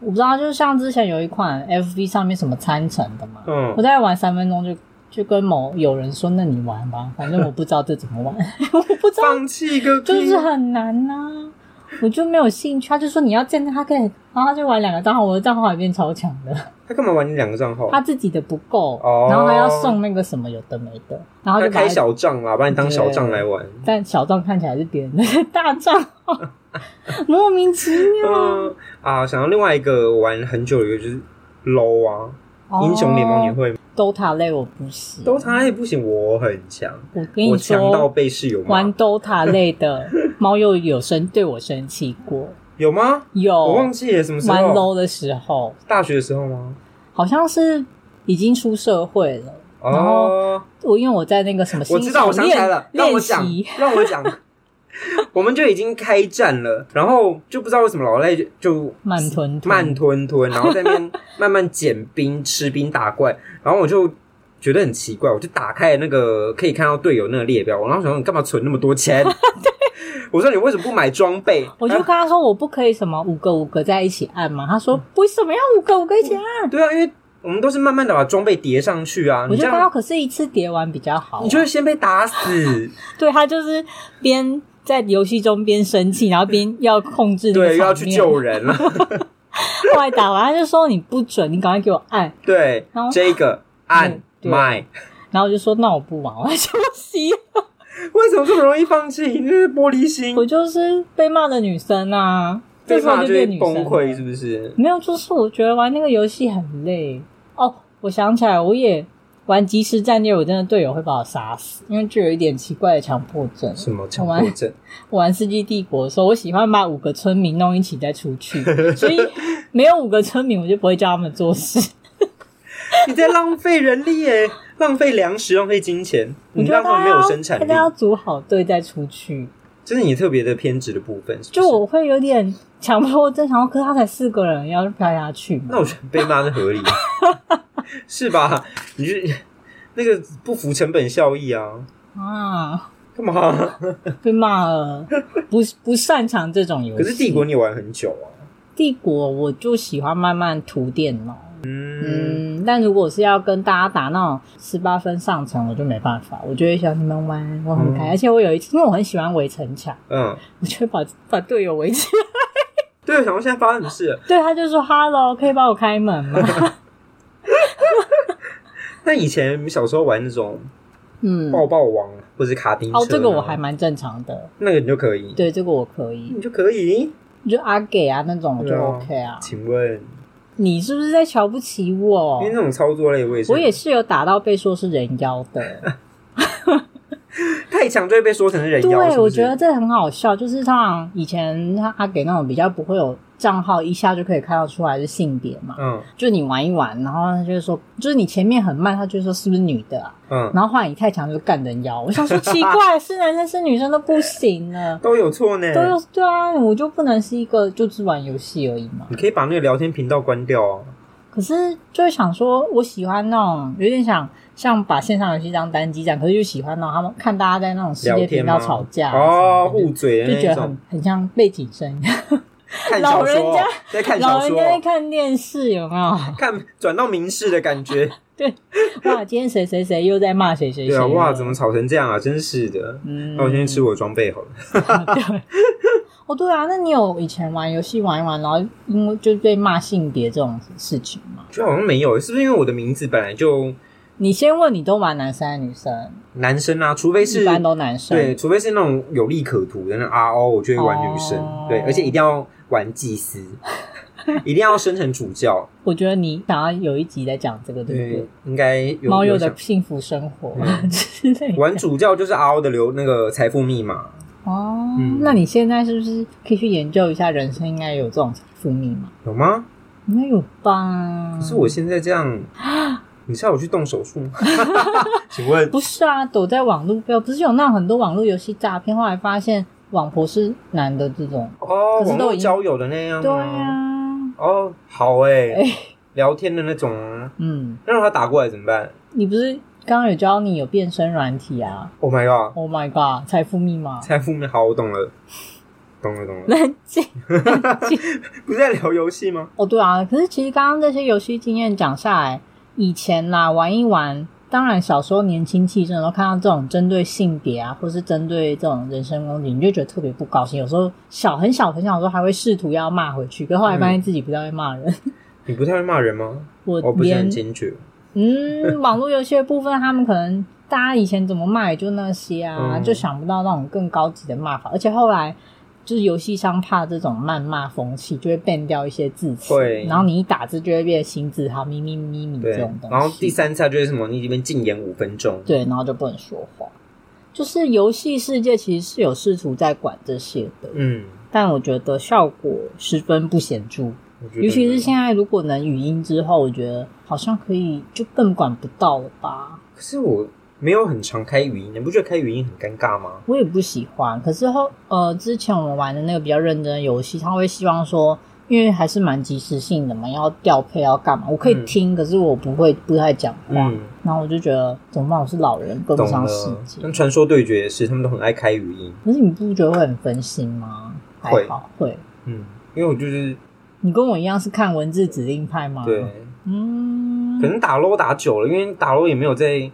Speaker 1: 我不知道，就是像之前有一款 FV 上面什么参城的嘛，
Speaker 2: 嗯
Speaker 1: 我大概玩三分钟就。就跟某有人说：“那你玩吧，反正我不知道这怎么玩， 我不知道
Speaker 2: 放弃个屁！
Speaker 1: 就是很难呐、我就没有兴趣。他就说你要建立，他可以，然后他就玩两个账号，我的账号也变超强的，
Speaker 2: 他干嘛玩你两个账号？
Speaker 1: 他自己的不够，
Speaker 2: 哦
Speaker 1: 然后还要送那个什么有的没的，然后
Speaker 2: 他
Speaker 1: 就把
Speaker 2: 开，小账啦，把你当小账来玩。
Speaker 1: 但小账看起来是别人的 大账号， 莫名其妙。
Speaker 2: 嗯啊，想到另外一个我玩很久的一个就是 LO 啊，英雄联盟你会吗
Speaker 1: 哦？DOTA 类我不行，
Speaker 2: ？DOTA 也不行，我很强，
Speaker 1: 我跟你
Speaker 2: 我强到
Speaker 1: 说，
Speaker 2: 被室友骂
Speaker 1: 玩。DOTA 类 的猫又有生对我生气过，
Speaker 2: 有吗？我
Speaker 1: 有
Speaker 2: 忘记了什么时
Speaker 1: 玩
Speaker 2: 候？
Speaker 1: 哦 low 的时候，
Speaker 2: 大学的时候吗？
Speaker 1: 好像是已经出社会了。然
Speaker 2: 哦，
Speaker 1: 我因为我在那个什么新
Speaker 2: 我
Speaker 1: 手
Speaker 2: 知道，我想起来了，
Speaker 1: 练
Speaker 2: 让我
Speaker 1: 练
Speaker 2: 讲
Speaker 1: 习，
Speaker 2: 让我 讲。我们就已经开战了，然后就不知道为什么老赖就就
Speaker 1: 慢吞吞，
Speaker 2: 慢吞吞，然后在那边慢慢捡兵、吃兵、打怪，然后我就觉得很奇怪，我就打开那个可以看到队友那个列表，然后想说你干嘛存那么 多钱？我说你为什么不买装备？
Speaker 1: 我就跟他说我不可以什么五个五个在一起按嘛，他说为什么要五个五个一起按？
Speaker 2: 对啊，因为我们都是慢慢的把装备叠上去啊，
Speaker 1: 我
Speaker 2: 你
Speaker 1: 就
Speaker 2: 这
Speaker 1: 跟他说
Speaker 2: 样
Speaker 1: 可是一次叠完比较好啊、
Speaker 2: 你就会先被打死，
Speaker 1: 对他就是边在游戏中边生气，然后边要控制那个
Speaker 2: 对，又
Speaker 1: 场
Speaker 2: 要去
Speaker 1: 面
Speaker 2: 救。人了，
Speaker 1: 后来打完他就说你不准，你赶快给我按。
Speaker 2: 对
Speaker 1: 然后，
Speaker 2: 这个按
Speaker 1: 嗯对
Speaker 2: 卖，
Speaker 1: 然后我就说那我不玩，我要休息。
Speaker 2: 为什么这么容易放弃？你就是玻璃心
Speaker 1: 我，就是被骂的女生啊，这
Speaker 2: 被
Speaker 1: 时候
Speaker 2: 骂
Speaker 1: 就
Speaker 2: 就会
Speaker 1: 变女生
Speaker 2: 崩
Speaker 1: 了
Speaker 2: 溃，是不是？
Speaker 1: 没有，就是我觉得玩那个游戏很累哦。我想起来，我也玩即时战略，我真的队友会把我杀死，因为就有一点奇怪的强迫症。
Speaker 2: 什么强
Speaker 1: 我玩
Speaker 2: 迫症？
Speaker 1: 我玩《世纪帝国》的时候，我喜欢把五个村民弄一起再出 去，所以没有五个村民，我就不会叫他们做事。
Speaker 2: 嗯你在浪费人力耶，浪费粮食，浪费金钱，
Speaker 1: 我
Speaker 2: 你
Speaker 1: 觉得
Speaker 2: 让他
Speaker 1: 他
Speaker 2: 们没有生产
Speaker 1: 要
Speaker 2: 力
Speaker 1: 大，家要组好队再出去。
Speaker 2: 这是你特别的偏执的部分。是不是
Speaker 1: 就，我会有点强迫症，想要，可是他才四个人，要飘下去嘛。
Speaker 2: 那我觉得被骂是 合理，是吧？你是那个不符成本效益啊？
Speaker 1: 啊，
Speaker 2: 干嘛？
Speaker 1: 被骂了，不不擅长这种游戏。
Speaker 2: 可是帝国你也玩很久啊，
Speaker 1: 帝国我就喜欢慢慢涂电脑，
Speaker 2: 嗯，
Speaker 1: 嗯，但如果是要跟大家打那种十八分上层，我就没办法，我就会想你们玩，我很开心，而且我有一次，因为我很喜欢围城墙，
Speaker 2: 嗯，
Speaker 1: 我就会把把队友围起来，
Speaker 2: 对，我想说现在发生什么事了？
Speaker 1: 对，他就说 “hello”，可以帮我开门吗？
Speaker 2: 那以前小时候玩那种
Speaker 1: 嗯，
Speaker 2: 抱抱王或哦者是卡丁车啊，
Speaker 1: 哦，这个我还蛮正常的，
Speaker 2: 那个你就可以，
Speaker 1: 对，这个我可以，
Speaker 2: 你就可以。
Speaker 1: 就阿给啊那种我就
Speaker 2: 对啊
Speaker 1: OK 啊，
Speaker 2: 请问，
Speaker 1: 你是不是在瞧不起我
Speaker 2: 因为？那种操作类我也
Speaker 1: 哦
Speaker 2: 是，
Speaker 1: 我也是有打到被说是人妖的。
Speaker 2: 太强就会被说成是人妖。
Speaker 1: 对，
Speaker 2: 是不
Speaker 1: 我
Speaker 2: 是
Speaker 1: 觉得这很好笑，就是通常以前他阿给那种比较不会有账号一下就可以看到出来是性别嘛。
Speaker 2: 嗯
Speaker 1: 就你玩一玩，然后他就说，就是你前面很慢，他就说是不是女的啊？
Speaker 2: 嗯，
Speaker 1: 然后换你太强就干人妖，我想说奇怪，是男生是女生都不行 了，
Speaker 2: 都有错呢。
Speaker 1: 都有对啊，我就不能是一个就只玩游戏而已嘛。
Speaker 2: 你可以把那个聊天频道关掉啊。
Speaker 1: 可是就是想说，我喜欢那种有点想像把线上游戏当单机这样，可是就喜欢那种他们看大家在那种世
Speaker 2: 聊
Speaker 1: 界
Speaker 2: 天
Speaker 1: 频
Speaker 2: 吗
Speaker 1: 道吵架啊
Speaker 2: 哦，
Speaker 1: 什么
Speaker 2: 互嘴
Speaker 1: 的
Speaker 2: 的
Speaker 1: 就就觉得
Speaker 2: 那种
Speaker 1: 很，很像背景声，
Speaker 2: 看小
Speaker 1: 老人
Speaker 2: 说
Speaker 1: 家
Speaker 2: 在看小
Speaker 1: 老人家在
Speaker 2: 说，
Speaker 1: 看电视有没有？
Speaker 2: 看转到民事的感觉。
Speaker 1: 哇，今天谁谁谁又在骂谁谁谁
Speaker 2: 对
Speaker 1: 了？
Speaker 2: 啊，哇，怎么吵成这样啊？真是的。
Speaker 1: 嗯
Speaker 2: 那我先去吃我的装备好了。
Speaker 1: 哦，对啊，那你有以前玩游戏玩一玩，然后因为就被骂性别这种事情吗？
Speaker 2: 就好像没有，是不是因为我的名字本来就
Speaker 1: 你先问，你都玩男生还是女生？
Speaker 2: 男生啊？除非是
Speaker 1: 一般都男生。
Speaker 2: 对，，除非是那种有利可图的那 RO，我就会玩女生。
Speaker 1: 哦
Speaker 2: 对，而且一定要玩 祭司，一定要升成主教。
Speaker 1: 我觉得你想要有一集在讲这个，对不
Speaker 2: 对
Speaker 1: 对？，
Speaker 2: 应该有
Speaker 1: 猫
Speaker 2: 有
Speaker 1: 鼬
Speaker 2: 想嗯
Speaker 1: 的幸福生活 之类的。
Speaker 2: 玩主教就是 RO 的流那个财富密码。
Speaker 1: 哦，
Speaker 2: 嗯
Speaker 1: 那你现在是不是可以去研究一下人生应该有这种财富密码？
Speaker 2: 有吗？
Speaker 1: 应该有吧？
Speaker 2: 可是我现在 这样，你是要我去动 手术吗？请问
Speaker 1: 不是啊，躲在网络不是有那种很多网络游戏诈骗，后来发现网婆是男的这种。
Speaker 2: 哦，
Speaker 1: 可是
Speaker 2: 网
Speaker 1: 都
Speaker 2: 络
Speaker 1: 已经
Speaker 2: 交友的那样吗？
Speaker 1: 对啊，
Speaker 2: 哦，好哎、
Speaker 1: 哎
Speaker 2: 聊天的那种啊，
Speaker 1: 嗯。
Speaker 2: 那让他打过来怎么办
Speaker 1: 你不是刚刚有教你有变身软体啊
Speaker 2: ？Oh my god！
Speaker 1: ？Oh my god，财富密码。
Speaker 2: 财富密好，我懂了，懂了，懂了。
Speaker 1: 冷静
Speaker 2: 不是在聊游戏吗？
Speaker 1: 哦，对啊，可是其实刚刚这些游戏经验讲下来，以前啦玩一玩，当然小时候年轻气盛，然后看到这种针对性别啊，或是针对这种人身攻击，你就觉得特别不高兴。有时候小很小很小的时候还会试图要骂回去，可后来发现自己不太会骂人。
Speaker 2: 你不太会骂人吗？哦
Speaker 1: 我
Speaker 2: 我不是
Speaker 1: 连
Speaker 2: 很坚决。
Speaker 1: 嗯， 网络游戏的部分，他们可能大家以前怎么骂也就那些啊，
Speaker 2: 嗯
Speaker 1: 就想不到那种更高级的骂法。而且后来就是游戏商怕这种谩骂风气，就会变掉一些字词
Speaker 2: 会，
Speaker 1: 然后你一打字就会变新字号，咪咪咪咪
Speaker 2: 对
Speaker 1: 这种，东西。
Speaker 2: 然后第三次就是什么？你这边禁言五分钟。
Speaker 1: 对，然后就不能说话。就是游戏世界其实是有试图在管这些的，
Speaker 2: 嗯，
Speaker 1: 但我觉得效果十分不显著。
Speaker 2: 我觉得
Speaker 1: 尤其是现在如果能语音之后，我觉得好像可以就更管不到了吧。
Speaker 2: 可是我没有很常开语音，你不觉得开语音很尴尬吗？
Speaker 1: 我也不喜欢。可是后呃，之前我们玩的那个比较认真的游戏，他会希望说，因为还是蛮及时性的嘛，要调配要干嘛，我可以
Speaker 2: 嗯
Speaker 1: 听，可是我不会不太讲话。
Speaker 2: 嗯，
Speaker 1: 然后我就觉得怎么办？我是老人，跟不
Speaker 2: 懂
Speaker 1: 上世
Speaker 2: 了。
Speaker 1: 界。
Speaker 2: 跟传说对决也是，他们都很爱开语音。
Speaker 1: 可是你不觉得会很分心吗？还
Speaker 2: 会
Speaker 1: 好会。
Speaker 2: 嗯，因为我就是
Speaker 1: 你跟我一样是看文字指令派吗？
Speaker 2: 对，，
Speaker 1: 嗯
Speaker 2: 可，能打 LO 打久了，因为打 LO 也没有在，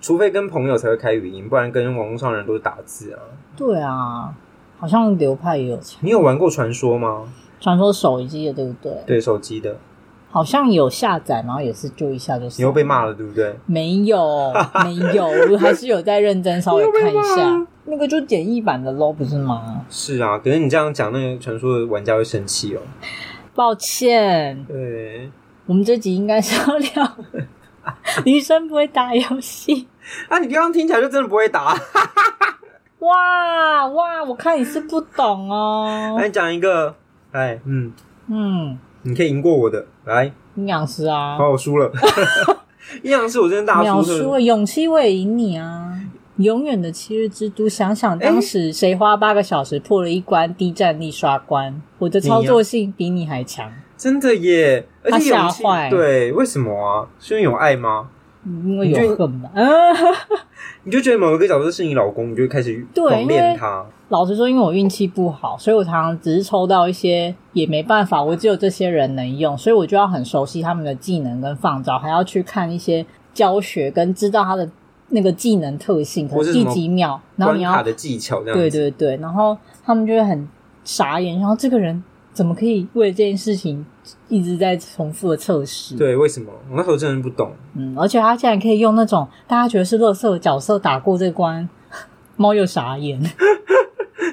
Speaker 2: 除非跟朋友才会开语音，不然跟网络上的人都是打字啊。
Speaker 1: 对啊，好像流派也有
Speaker 2: 你有玩过传说吗？
Speaker 1: 传说手机的，对不对？
Speaker 2: 对，手机的，
Speaker 1: 好像有下载，然后也是就一下就
Speaker 2: 你又被
Speaker 1: 了。
Speaker 2: 骂了，对不对？
Speaker 1: 没 有，没有，我还是有在认真稍微看一下。那个就简易版的喽，不是吗？
Speaker 2: 是啊，可是你这样讲，那个传说的玩家会生气哦。
Speaker 1: 抱歉，
Speaker 2: 对，
Speaker 1: 我们这集应该是要 聊女生不会打游戏。
Speaker 2: 啊，你刚刚听起来就真的不会打。
Speaker 1: 哦哇哇，我看你是不懂哦
Speaker 2: 来、。你讲一个，哎，嗯，
Speaker 1: 嗯，
Speaker 2: 你可以赢过我的，来，
Speaker 1: 阴阳师啊，
Speaker 2: 好，我 输了。阴阳师，我真的大
Speaker 1: 秒
Speaker 2: 输
Speaker 1: 输
Speaker 2: 特
Speaker 1: 了，勇气我也赢你啊。永远的七日之都，想想
Speaker 2: 哎
Speaker 1: 当时谁花八个小时破了一关低战力刷关，我的操作性比你还强。
Speaker 2: 真的耶，而且
Speaker 1: 他吓
Speaker 2: 勇气
Speaker 1: 坏，
Speaker 2: 对，为什么啊？是因为有爱吗？
Speaker 1: 因为
Speaker 2: 你就
Speaker 1: 有恨吧？嗯，
Speaker 2: 你就觉得某一个角色是你老公，你就会开始
Speaker 1: 对
Speaker 2: 狂
Speaker 1: 因
Speaker 2: 恋
Speaker 1: 为
Speaker 2: 他。
Speaker 1: 老实说，因为我运气不好，所以我常常只是抽到一些也没办法，我只有这些人能用，所以我就要很熟悉他们的技能跟放招，还要去看一些教学跟知道他的那个技能特性，可
Speaker 2: 或是
Speaker 1: 能
Speaker 2: 什
Speaker 1: 第
Speaker 2: 么
Speaker 1: 几秒，然后
Speaker 2: 关
Speaker 1: 你
Speaker 2: 卡
Speaker 1: 要
Speaker 2: 的技巧这样
Speaker 1: 对
Speaker 2: 子，
Speaker 1: 对对，然后他们就会很傻眼，然后这个人怎么可以为了这件事情一直在重复的测试？
Speaker 2: 对，为什么？我那时候真的不懂，
Speaker 1: 嗯，而且他竟然可以用那种大家觉得是垃圾的角色打过这关， 猫又傻眼。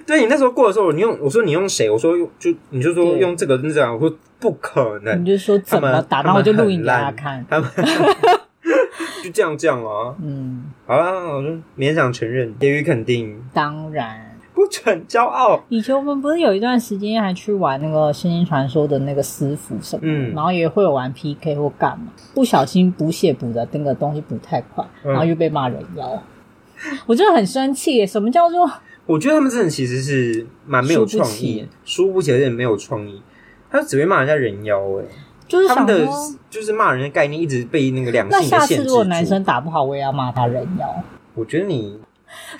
Speaker 2: 对你那时候过的时候，你用我说你用谁？我说用就你就说
Speaker 1: 对
Speaker 2: 用这个那这样，我说不可能
Speaker 1: 你，就说怎么打，
Speaker 2: 他
Speaker 1: 然
Speaker 2: 们
Speaker 1: 后我就
Speaker 2: 他们
Speaker 1: 录影给
Speaker 2: 很
Speaker 1: 大家
Speaker 2: 烂
Speaker 1: 看。
Speaker 2: 他们 就这样这样啊。
Speaker 1: 嗯，
Speaker 2: 好啦，我就勉强承认，给予肯定。
Speaker 1: 当然，
Speaker 2: 不准骄傲。
Speaker 1: 以前我们不是有一段时间还去玩那个《仙境传说》的那个私服什么，
Speaker 2: 嗯
Speaker 1: 然后也会有玩 PK 或干嘛，不小心补血补的那个东西补太快，
Speaker 2: 嗯
Speaker 1: 然后又被骂人妖， 我真的很生气耶。什么叫做
Speaker 2: 我觉得他们真的其实是蛮没有创意，输不起有点没有创意。他只会骂人家人妖哎、
Speaker 1: 就是
Speaker 2: 他
Speaker 1: 想
Speaker 2: 们的
Speaker 1: 说，
Speaker 2: 就是骂人的概念一直被那个良
Speaker 1: 那
Speaker 2: 性的
Speaker 1: 下次
Speaker 2: 限制
Speaker 1: 如
Speaker 2: 住
Speaker 1: 果。男生打不好，我也要骂他人妖。
Speaker 2: 我觉得你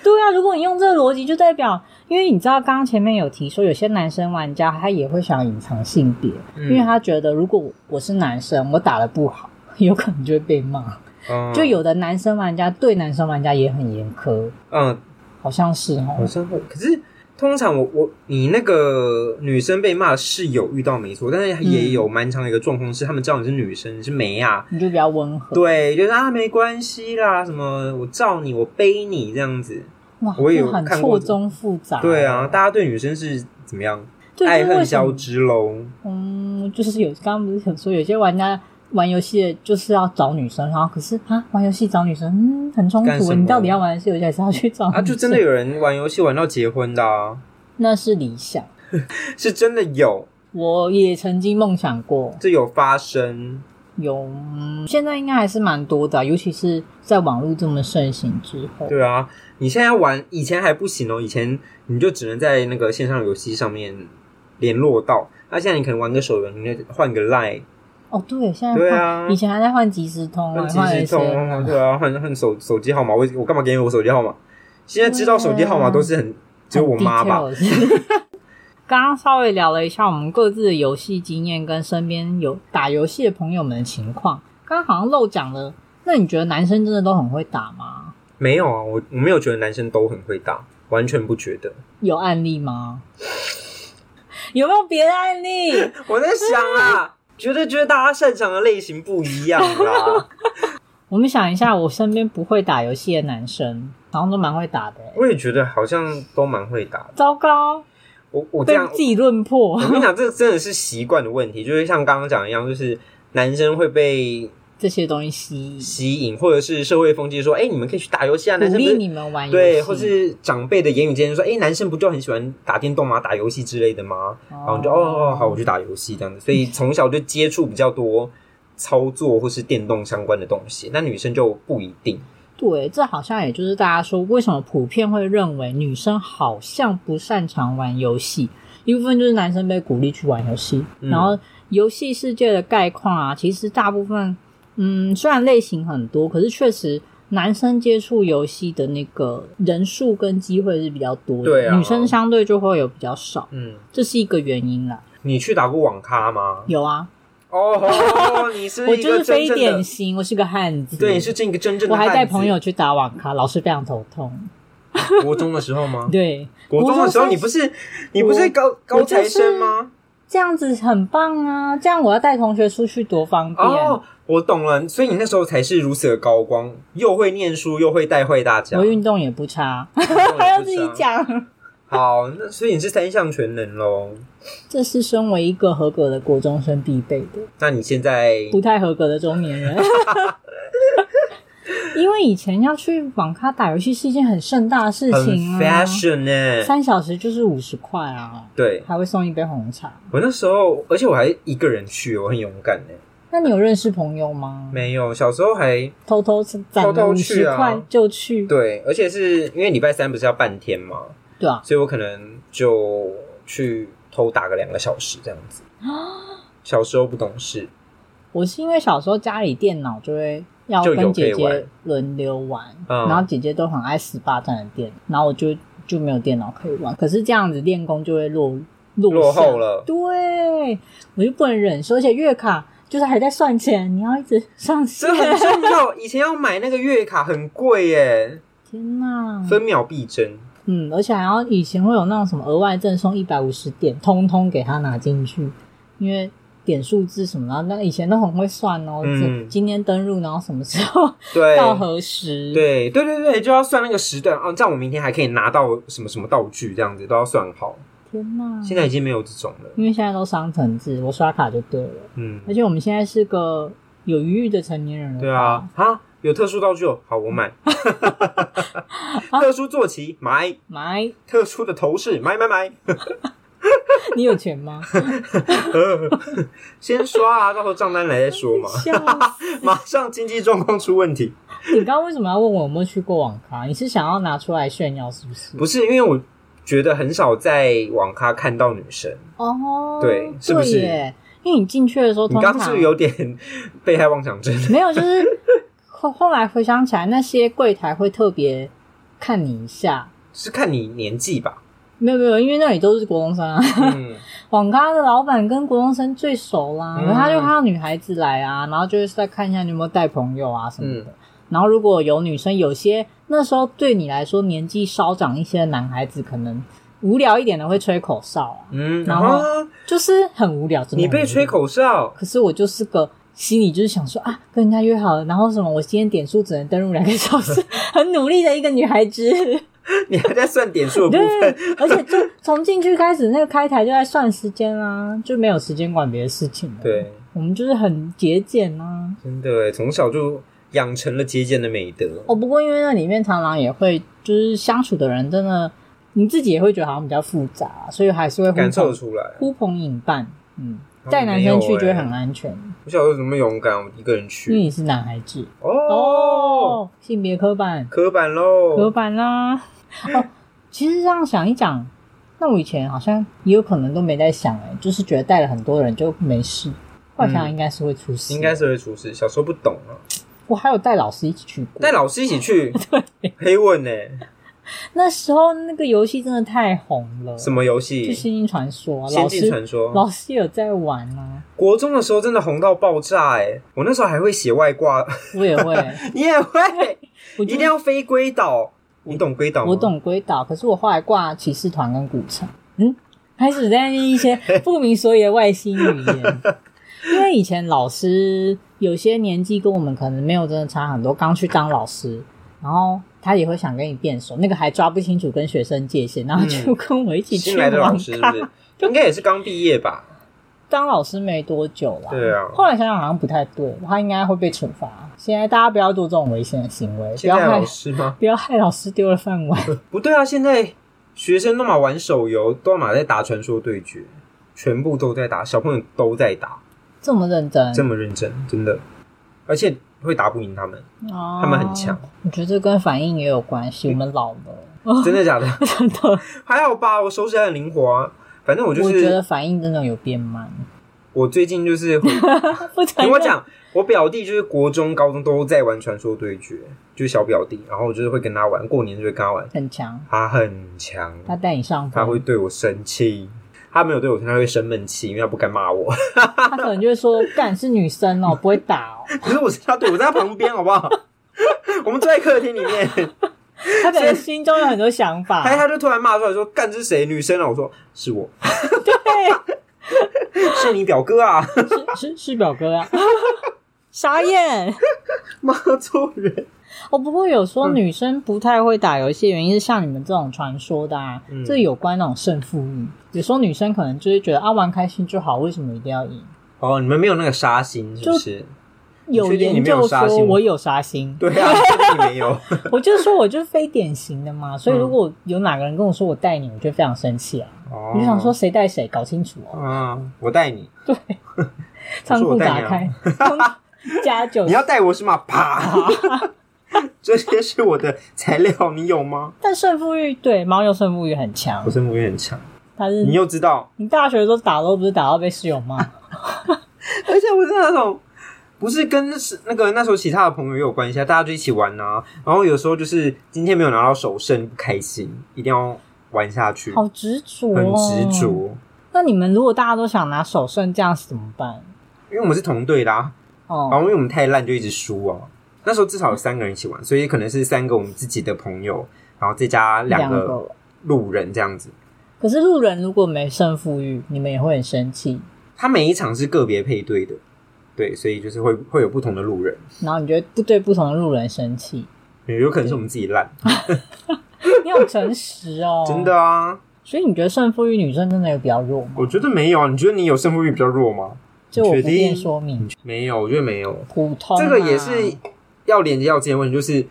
Speaker 1: 对啊，如果你用这个逻辑，就代表，因为你知道刚刚前面有提说，有些男生玩家他也会想隐藏性别，
Speaker 2: 嗯
Speaker 1: 因为他觉得如果我是男生，我打的不好，有可能就会被骂。
Speaker 2: 嗯
Speaker 1: 就有的男生玩家对男生玩家也很严苛，
Speaker 2: 嗯，
Speaker 1: 好像是
Speaker 2: 好
Speaker 1: 哦。
Speaker 2: 像会。可是通常我我你那个女生被骂是有遇到没错，但是
Speaker 1: 嗯
Speaker 2: 也有蛮长的一个状况是，他们知道你是女生，你是梅啊，
Speaker 1: 你就比较温和，
Speaker 2: 对，就是啊没关系啦，什么我罩你，我背你这样子。
Speaker 1: 哇，
Speaker 2: 我也
Speaker 1: 就
Speaker 2: 有
Speaker 1: 很
Speaker 2: 看过
Speaker 1: 错综复杂。
Speaker 2: 对啊，，大家对女生是怎么样？
Speaker 1: 哦对，
Speaker 2: 爱
Speaker 1: 就是为
Speaker 2: 恨
Speaker 1: 什
Speaker 2: 交
Speaker 1: 么？
Speaker 2: 织喽。
Speaker 1: 嗯，就是有刚刚不是有说，有些玩家玩游戏的就是要找女生，然后可是啊，玩游戏找女生，嗯，很冲
Speaker 2: 干什
Speaker 1: 突。
Speaker 2: 么
Speaker 1: 你到底要玩游戏，还是要去找女生？
Speaker 2: 啊，就真的有人玩游戏玩到结婚的啊，
Speaker 1: 那是理想，
Speaker 2: 是真的有，
Speaker 1: 我也曾经梦想过
Speaker 2: 这有发生。
Speaker 1: 有，嗯现在应该还是蛮多的啊、尤其是在网络这么盛行之后。
Speaker 2: 对啊，你现在玩以前还不行哦，以前你就只能在那个线上游戏上面联络到，那、现在你可能玩个手游，你就换个 Line，
Speaker 1: 哦，对，现在
Speaker 2: 对
Speaker 1: 换
Speaker 2: 啊
Speaker 1: 以前还在换即时通啊，
Speaker 2: 换
Speaker 1: 换
Speaker 2: 即时
Speaker 1: SN
Speaker 2: 通，
Speaker 1: 啊
Speaker 2: 对啊，换换手手机号码，我我干嘛给你我手机号码？现在知道手机号码都是很只有我妈吧，。
Speaker 1: 刚刚稍微聊了一下我们各自的游戏经验跟身边有打游戏的朋友们的情况，刚刚好像漏讲了。那你觉得男生真的都很会打吗？
Speaker 2: 没有啊，我我没有觉得男生都很会打，完全不觉 得。
Speaker 1: 有案例吗？ 有没有别的案例？
Speaker 2: 我在想啊， 觉得觉得大家擅长的类型不一样 啦。
Speaker 1: 我们想一下，我身边不会打游戏的男生，好像都蛮会打的、欸。
Speaker 2: 我也觉得好像都蛮会打的。
Speaker 1: 糟糕，
Speaker 2: 我我这
Speaker 1: 被
Speaker 2: 样，
Speaker 1: 自己论破
Speaker 2: 我，跟你讲，这真的是习惯的问题，就是像刚刚讲的一样，就是男生会被
Speaker 1: 这些东西吸引，
Speaker 2: 吸引，或者是社会风气说，哎、你们可以去打游戏啊，男
Speaker 1: 鼓
Speaker 2: 生
Speaker 1: 励
Speaker 2: 不
Speaker 1: 你
Speaker 2: 是
Speaker 1: 们玩游戏，
Speaker 2: 对，或是长辈的言语间说，哎、男生不就很喜欢打电动吗？打游戏之类的吗？然后你就哦，好，我去打游戏这样子，所以从小就接触比较多操作或是电动相关的东西，那女生就不一定。
Speaker 1: 对，这好像也就是大家说为什么普遍会认为女生好像不擅长玩游戏，一部分就是男生被鼓励去玩游戏，
Speaker 2: 嗯
Speaker 1: 然后游戏世界的概况啊，其实大部分嗯虽然类型很多，可是确实。男生接触游戏的那个人数跟机会是比较多的，
Speaker 2: 对啊
Speaker 1: 女生相对就会有比较少，
Speaker 2: 嗯，
Speaker 1: 这是一个原因啦。
Speaker 2: 你去打过网咖吗？
Speaker 1: 有啊，
Speaker 2: 哦，你是
Speaker 1: 我
Speaker 2: 一
Speaker 1: 就
Speaker 2: 个
Speaker 1: 是
Speaker 2: 真
Speaker 1: 非
Speaker 2: 正
Speaker 1: 典
Speaker 2: 的，
Speaker 1: 型，我是个汉子。
Speaker 2: 对，你是这个真正的
Speaker 1: 我还带
Speaker 2: 汉子
Speaker 1: 朋友去打网咖，老师非常头痛。
Speaker 2: 国中的时候吗？
Speaker 1: 对，
Speaker 2: 国中的时候，
Speaker 1: 国中生
Speaker 2: 你不是你不是高
Speaker 1: 我
Speaker 2: 高材生吗？
Speaker 1: 这样子很棒啊！这样我要带同学出去多方便。
Speaker 2: 哦，我懂了，所以你那时候才是如此的高光，又会念书，又会带坏大家
Speaker 1: 我。运动也不差， 还
Speaker 2: 还
Speaker 1: 要自己。讲。
Speaker 2: 啊好，那所以你是三项全能喽？
Speaker 1: 这是身为一个合格的国中生必备的，
Speaker 2: 那你现在
Speaker 1: 不太合格的中年 人。因为以前要去网咖打游戏是一件很盛大的事
Speaker 2: 很
Speaker 1: 情啊，
Speaker 2: fashion 呢、
Speaker 1: 三小时就是五十块啊，
Speaker 2: 对
Speaker 1: 还会送一杯红茶。
Speaker 2: 我那时候，而且我还一个人去，我很勇敢呢、
Speaker 1: 那你有认识朋友吗？
Speaker 2: 没有，小时候还
Speaker 1: 偷偷攒
Speaker 2: 偷
Speaker 1: 了
Speaker 2: 偷
Speaker 1: 五十
Speaker 2: 去啊
Speaker 1: 块就去，
Speaker 2: 对，而且是因为礼拜三不是要半天嘛，
Speaker 1: 对啊，
Speaker 2: 所以我可能就去偷打个两个小时这样子。
Speaker 1: 啊
Speaker 2: 小时候不懂事，
Speaker 1: 我是因为小时候家里电脑就会要
Speaker 2: 就有
Speaker 1: 跟姐
Speaker 2: 可以玩
Speaker 1: 姐轮流玩，
Speaker 2: 嗯
Speaker 1: 然后姐姐都很爱十八站的电脑，然后我就就没有电脑可以玩。可是这样子练功就会落落
Speaker 2: 落
Speaker 1: 下
Speaker 2: 后了
Speaker 1: 对我就不能忍受，而且月卡就是还在算钱，你要一直 上线
Speaker 2: 这。很重要。以前要买那个月卡很贵耶，
Speaker 1: 天哪，
Speaker 2: 分秒必争。
Speaker 1: 嗯，而且还要以前会有那种什么额外赠送一百五十点，通通给他拿进去，因为。点数字什么的，然后那以前都很会算哦。
Speaker 2: 嗯
Speaker 1: 这今天登录，然后什么时候
Speaker 2: 对
Speaker 1: 到何时？
Speaker 2: 对对对对，就要算那个时段啊，这样我明天还可以拿到什么什么道具，这样子都要算好。
Speaker 1: 天呐！
Speaker 2: 现在已经没有这种了，
Speaker 1: 因为现在都商城制，我刷卡就对了。
Speaker 2: 嗯，
Speaker 1: 而且我们现在是个有余裕的成年人了吧。
Speaker 2: 对啊，啊，有特殊道具哦，好，我买。特殊坐骑买，
Speaker 1: 买，
Speaker 2: 特殊的头饰买买买。
Speaker 1: 你有钱吗？
Speaker 2: 先刷啊，到时候账单来再说嘛。
Speaker 1: 笑死！
Speaker 2: 马上经济状况出问题，
Speaker 1: 你刚刚为什么要问我有没有去过网咖？你是想要拿出来炫耀是不是？
Speaker 2: 不是因为我觉得很少在网咖看到女生，
Speaker 1: 哦，
Speaker 2: 对是不是
Speaker 1: 对耶因为你进去的时候，
Speaker 2: 你
Speaker 1: 通
Speaker 2: 刚刚是不
Speaker 1: 常
Speaker 2: 是有点被害妄想症？
Speaker 1: 没有，就是 后后来回想起来，那些柜台会特别看你一下。
Speaker 2: 是看你年纪吧。
Speaker 1: 没有没有，因为那里都是国中生啊，
Speaker 2: 嗯，
Speaker 1: 网咖的老板跟国中生最熟啦，
Speaker 2: 嗯
Speaker 1: 然后他就看到女孩子来啊，然后就是再看一下你有没有带朋友
Speaker 2: 嗯
Speaker 1: 啊什么的。然后如果有女生，有些那时候对你来说年纪稍长一些的男孩子，可能无聊一点的会吹口哨啊，
Speaker 2: 嗯，
Speaker 1: 然后
Speaker 2: 啊
Speaker 1: 就是很无聊。真的
Speaker 2: 你
Speaker 1: 很
Speaker 2: 被
Speaker 1: 无聊
Speaker 2: 吹口哨，
Speaker 1: 可是我就是个心里就是想说啊，跟人家约好了，然后什么，我今天点数只能登录两个小 时，很努力的一个女孩子，
Speaker 2: 你还在算点数的部分，
Speaker 1: 对，而且就从进去开始，那个开台就在算时间啦、就没有时间管别的事情了。，
Speaker 2: 对，
Speaker 1: 我们就是很节俭啊。
Speaker 2: 真的耶，从小就养成了节俭的美德。
Speaker 1: 哦，不过因为那里面常常也会就是相处的人真的，你自己也会觉得好像比较复杂，所以还是会呼
Speaker 2: 感受得
Speaker 1: 朋
Speaker 2: 出来。
Speaker 1: 呼朋引伴，嗯。
Speaker 2: 哦
Speaker 1: 带男生去就会很啊
Speaker 2: 没有
Speaker 1: 安全，
Speaker 2: 我小时候怎么勇敢，我一个人
Speaker 1: 因为
Speaker 2: 去
Speaker 1: 你是男孩子
Speaker 2: 哦，
Speaker 1: 哦，性别刻板，
Speaker 2: 刻板
Speaker 1: 隔
Speaker 2: 喽。
Speaker 1: 板啦、哦，其实这样想一讲，那我以前好像也有可能都没在想、哎，就是觉得带了很多人就没事。后来想想应该是会出事，
Speaker 2: 嗯应该是会出事，小时候不懂啊，
Speaker 1: 我还有带老师一起去过。
Speaker 2: 带老师一起 去，黑问欸呢、
Speaker 1: 那时候那个游戏真的太红了，
Speaker 2: 什么游
Speaker 1: 就《
Speaker 2: 戏？
Speaker 1: 仙境传说》啊，
Speaker 2: 仙
Speaker 1: 老
Speaker 2: 境
Speaker 1: 师
Speaker 2: 传说，
Speaker 1: 老师有在玩 啊，
Speaker 2: 国中的时候真的红到爆炸哎、我那时候还会写外挂，
Speaker 1: 我也会，
Speaker 2: 你也会，
Speaker 1: 我
Speaker 2: 一
Speaker 1: 就
Speaker 2: 定要飞龟岛，你懂龟岛吗？
Speaker 1: 我。懂龟岛，可是我后来挂骑士团跟古城，嗯，开始在念一 些不明所以的外星语言。因为以前老师有些年纪跟我们可能没有真的差很多，刚去当老师，然后他也会想跟你辩手，那个还抓不清楚跟学生界限，然后就跟我一起去
Speaker 2: 嗯新来的老
Speaker 1: 网
Speaker 2: 师是
Speaker 1: 咖
Speaker 2: 不。是？应该也是刚毕业吧？
Speaker 1: 当老师没多久啦，
Speaker 2: 对啊
Speaker 1: 后来想想好像不太对，他应该会被惩罚。现在大家不要做这种危险的行为，不
Speaker 2: 现
Speaker 1: 要
Speaker 2: 在
Speaker 1: 害
Speaker 2: 老师吗？
Speaker 1: 不要害老师丢了饭碗。
Speaker 2: 不对啊，现在学生都嘛玩手游，都嘛在打传说对决，全部都在打，小朋友都在打，
Speaker 1: 这么认 真，
Speaker 2: 这么认真，真的，而且会打不赢他们，
Speaker 1: 哦
Speaker 2: 他们很 强，嗯
Speaker 1: 我觉得这跟反应也有关系。我们老了，
Speaker 2: 真的假的？
Speaker 1: 哦 真的，
Speaker 2: 还好吧，我手指还很灵活啊。反正我就
Speaker 1: 我觉得
Speaker 2: 是，
Speaker 1: 反应真的有变 慢。
Speaker 2: 我最近就 是会，
Speaker 1: 不承
Speaker 2: 听
Speaker 1: 认
Speaker 2: 我，讲，我表弟就是国中、高中都在玩传说对决，就是小表弟，然后我就是会跟他玩，过年就会跟他玩，
Speaker 1: 很强，
Speaker 2: 他很强，
Speaker 1: 他带你上
Speaker 2: 他会
Speaker 1: 分，
Speaker 2: 对我生气。他没有对我生气，他会生闷气，因为他不敢骂我。
Speaker 1: 他可能就会说：“干是女生 哦，不会打哦。
Speaker 2: 可是我是他对我在他旁 边，好不好？我们坐在客厅里面，”
Speaker 1: 他可能心中有很多想法
Speaker 2: 他。他就突然骂出来说：“干这是谁？女生啊！”我说：“是我，
Speaker 1: 对，
Speaker 2: 是你表哥啊
Speaker 1: 是是是表哥 啊，傻眼！！”
Speaker 2: 骂错人，
Speaker 1: 哦，不过有说
Speaker 2: 嗯
Speaker 1: 女生不太会打游戏，原因是像你们这种传说的，啊
Speaker 2: 嗯，
Speaker 1: 这有关那种胜负欲。有时候女生可能就是觉得啊，玩开心就好，为什么一定要赢？
Speaker 2: 哦，你们没有那个杀心是不是？
Speaker 1: 有
Speaker 2: 确定你
Speaker 1: 研
Speaker 2: 没有
Speaker 1: 究
Speaker 2: 杀心
Speaker 1: 说
Speaker 2: 吗
Speaker 1: 我有杀心，
Speaker 2: 对啊，你没有。
Speaker 1: 我就说我就是非典型的
Speaker 2: 嗯
Speaker 1: 嘛，所以如果有哪个人跟我说我带你，我就非常生气啊！
Speaker 2: 哦
Speaker 1: 我就想说，谁带谁，搞清楚哦，
Speaker 2: 嗯，我带你，
Speaker 1: 仓
Speaker 2: 我
Speaker 1: 库
Speaker 2: 带
Speaker 1: 打
Speaker 2: 你啊
Speaker 1: 开，空加酒
Speaker 2: 你。要带我是吗？ 啪！这些是我的材料，你有吗？
Speaker 1: 但胜负欲对猫鼬胜负欲很强
Speaker 2: 我，生物也很强，
Speaker 1: 它是
Speaker 2: 你又知道，
Speaker 1: 你大学的时候打都不是打到被室友 骂，
Speaker 2: 而且我是那种。不是跟是那个那时候其他的朋友也有关系啊，大家就一起玩啊。然后有时候就是今天没有拿到首胜不开心，一定要玩下去，
Speaker 1: 好执着，哦
Speaker 2: 很执。着。
Speaker 1: 那你们如果大家都想拿首胜这样子怎么办？
Speaker 2: 因为我们是同队啦、然后
Speaker 1: 哦，
Speaker 2: 因为我们太烂就一直输啊。那时候至少有三个人一起玩，所以可能是三个我们自己的朋友，然后再加两个
Speaker 1: 个。
Speaker 2: 路人这样子。
Speaker 1: 可是路人如果没胜负欲，你们也会很生气，
Speaker 2: 他每一场是个别配对的，对，所以就是会会有不同的路人，
Speaker 1: 然后你就会不对不同的路人生气。
Speaker 2: 也有可能是我们自己烂，
Speaker 1: 你好诚实哦，
Speaker 2: 真的啊。
Speaker 1: 所以你觉得胜负欲女生真的有比较弱吗？
Speaker 2: 我觉得没有啊，你觉得你有胜负欲比较弱吗？
Speaker 1: 就我
Speaker 2: 确
Speaker 1: 不
Speaker 2: 定
Speaker 1: 便说明，
Speaker 2: 没有，我觉得没有。
Speaker 1: 普通啊、
Speaker 2: 这个也是要连接到今天的问题，就是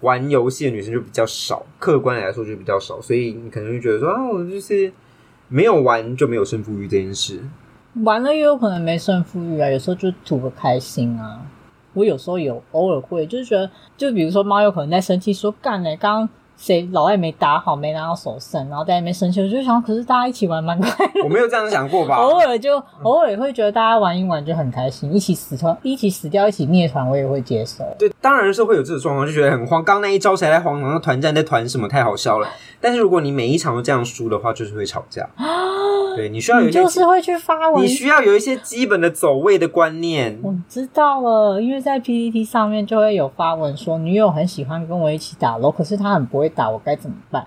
Speaker 2: 玩游戏的女生就比较少，客观来说就比较少，所以你可能会觉得说啊，我就是没有玩就没有胜负欲这件事。
Speaker 1: 玩了也有可能没胜负欲啊，有时候就图个开心啊。我有时候有偶尔会，就是觉得，就比如说猫有可能在生气，说干嘞、刚刚谁老赖没打好，没拿到手胜，然后在那边生气，我就想，可是大家一起玩蛮快乐。
Speaker 2: 我没有这样想过吧？
Speaker 1: 偶尔就 偶尔会觉得大家玩一玩就很开心，一起死团，一起死掉，一起灭团，我也会接受。
Speaker 2: 对，当然是会有这种状况，就觉得很慌。刚那一招谁来慌？然后团战在团什么，太好笑了。但是如果你每一场都这样输的话，就是会吵架。对你需要
Speaker 1: 啊
Speaker 2: 有
Speaker 1: 你
Speaker 2: 一些，
Speaker 1: 就是会去发文
Speaker 2: 你，需要有一些基本的走位的观念。
Speaker 1: 我知道了，因为在 PPT 上面就会有发文说女友很喜欢跟我一起打楼，可是她很不会打，我该怎么办？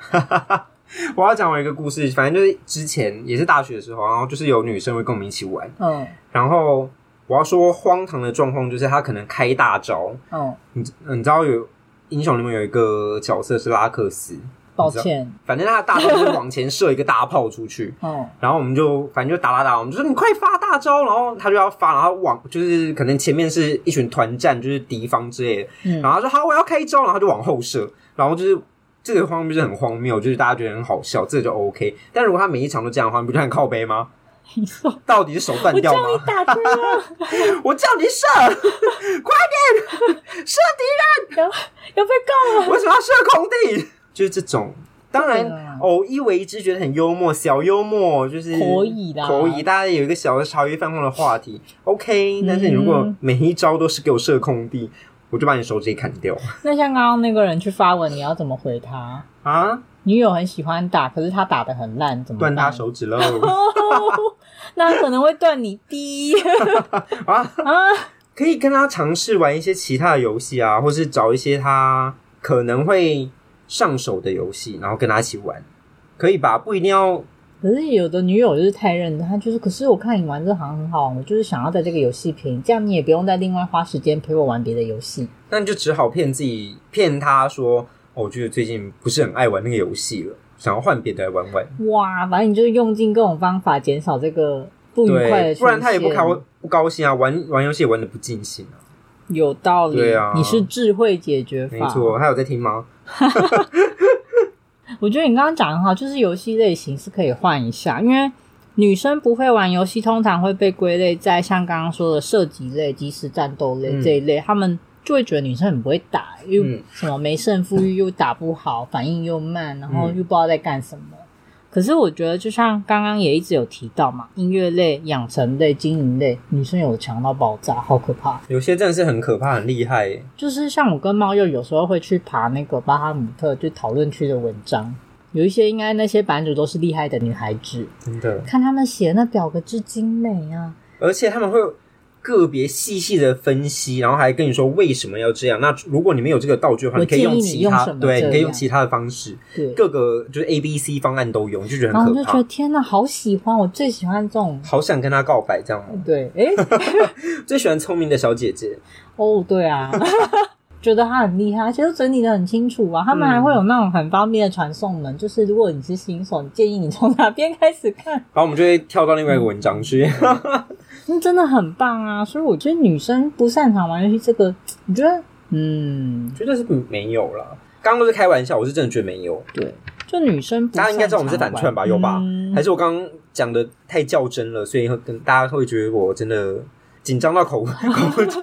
Speaker 2: 我要讲我一个故事，反正就是之前也是大学的时候，然后就是有女生会跟我们一起玩，
Speaker 1: 嗯
Speaker 2: 然后我要说荒唐的状况就是她可能开大招，
Speaker 1: 嗯，
Speaker 2: 你你知道有英雄联盟有一个角色是拉克斯，
Speaker 1: 抱歉，
Speaker 2: 反正他的大招就是往前射一个大炮出去，
Speaker 1: 嗯
Speaker 2: 然后我们就反正就打打打，我们就说你快发大招，然后他就要发，然后往就是可能前面是一群团战，就是敌方之类的，
Speaker 1: 嗯
Speaker 2: 然后他说好我要开招，然后他就往后射，然后就是这个画面就是很荒谬，就是大家觉得很好笑，这个就 OK。但如果他每一场都这样的话，你不就很靠背吗？
Speaker 1: 你说
Speaker 2: 到底是手断
Speaker 1: 我
Speaker 2: 掉
Speaker 1: 叫
Speaker 2: 吗
Speaker 1: 你？打针 了，
Speaker 2: 我叫你射，
Speaker 1: 要要被告了。
Speaker 2: 为什么要射空地？就是这种。当
Speaker 1: 对啊
Speaker 2: 然，偶一为之，觉得很幽默，小幽默就是
Speaker 1: 可以啦
Speaker 2: 可以，大家有一个小的茶余饭后的话题，OK。但是你如果
Speaker 1: 嗯
Speaker 2: 每一招都是给我射空地，我就把你手指给砍掉
Speaker 1: 那像刚刚那个人去发文，你要怎么回他？
Speaker 2: 啊！
Speaker 1: 女友很喜欢打，可是她打的很烂，怎么办
Speaker 2: 断他？手指喽
Speaker 1: 哦， 那可能会断你滴
Speaker 2: 啊！
Speaker 1: 啊！
Speaker 2: 可以跟他尝试玩一些其他的游戏啊，或是找一些他可能会上手的游戏，然后跟他一起玩，可以吧？不一定要
Speaker 1: 可是有的女友就是太认真，她就是，可是我看你玩这行很好，我就是想要在这个游戏拼，这样你也不用再另外花时间陪我玩别的游戏。
Speaker 2: 那你就只好骗自己，骗他说，哦，我觉得最近不是很爱玩那个游戏了，想要换别的来玩玩。
Speaker 1: 哇，反正你就是用尽各种方法减少这个不愉快的
Speaker 2: 对，
Speaker 1: 出现，
Speaker 2: 不然他也不高不高兴啊，玩玩游戏也玩的不尽兴啊。
Speaker 1: 有道理，
Speaker 2: 对啊
Speaker 1: 你是智慧解决法。
Speaker 2: 没错，他有在听吗？
Speaker 1: 我觉得你刚刚讲的很好，就是游戏类型是可以换一下，因为女生不会玩游戏，通常会被归类在像刚刚说的射击类、即时战斗类
Speaker 2: 嗯
Speaker 1: 这一类，她们就会觉得女生很不会打，又
Speaker 2: 嗯
Speaker 1: 什么没胜负欲，又打不好，反应又慢，然后
Speaker 2: 嗯
Speaker 1: 又不知道在干什么。可是我觉得，就像刚刚也一直有提到嘛，音乐类、养成类、经营类，女生有强到爆炸，好可怕。
Speaker 2: 有些真的是很可怕，很厉害耶。
Speaker 1: 就是像我跟猫又有时候会去爬那个巴哈姆特，就讨论区的文章，有一些应该那些版主都是厉害的女孩子，
Speaker 2: 真的。
Speaker 1: 看他们写那表格之精美啊！
Speaker 2: 而且他们会个别细细的分析，然后还跟你说为什么要这样。那如果你没有这个道具的话，
Speaker 1: 我
Speaker 2: 可
Speaker 1: 建
Speaker 2: 以
Speaker 1: 议
Speaker 2: 用
Speaker 1: 你
Speaker 2: 其
Speaker 1: 用
Speaker 2: 他
Speaker 1: 什么
Speaker 2: 对，
Speaker 1: 这
Speaker 2: 你可以用
Speaker 1: 样
Speaker 2: 其他的方式，
Speaker 1: 对，
Speaker 2: 各个就是 A、B、C 方案都用，就觉得
Speaker 1: 然后我
Speaker 2: 很可
Speaker 1: 就觉
Speaker 2: 怕
Speaker 1: 得。天哪，好喜欢，我最喜欢这种。
Speaker 2: 好想跟他告白，这样吗？
Speaker 1: 对，诶，
Speaker 2: 最喜欢聪明的小姐姐，
Speaker 1: 哦，对啊， 觉得他很厉害，而且都整理的很清楚啊。他们
Speaker 2: 嗯
Speaker 1: 还会有那种很方便的传送门，就是如果你是新手，你建议你从哪边开始看，
Speaker 2: 然后我们就会跳到另外一个文章去。
Speaker 1: 那真的很棒啊！所以我觉得女生不擅长玩游戏这个，我觉得，嗯，
Speaker 2: 觉得是没有啦。刚刚都是开玩笑，我是真的觉得没有。
Speaker 1: 对，就女生不
Speaker 2: 大家应该知道我们是
Speaker 1: 擅长
Speaker 2: 反串吧？
Speaker 1: 玩
Speaker 2: 有吧？
Speaker 1: 嗯
Speaker 2: 还是我刚刚讲的太较真了，所以会跟大家会觉得我真的紧张到口口不及。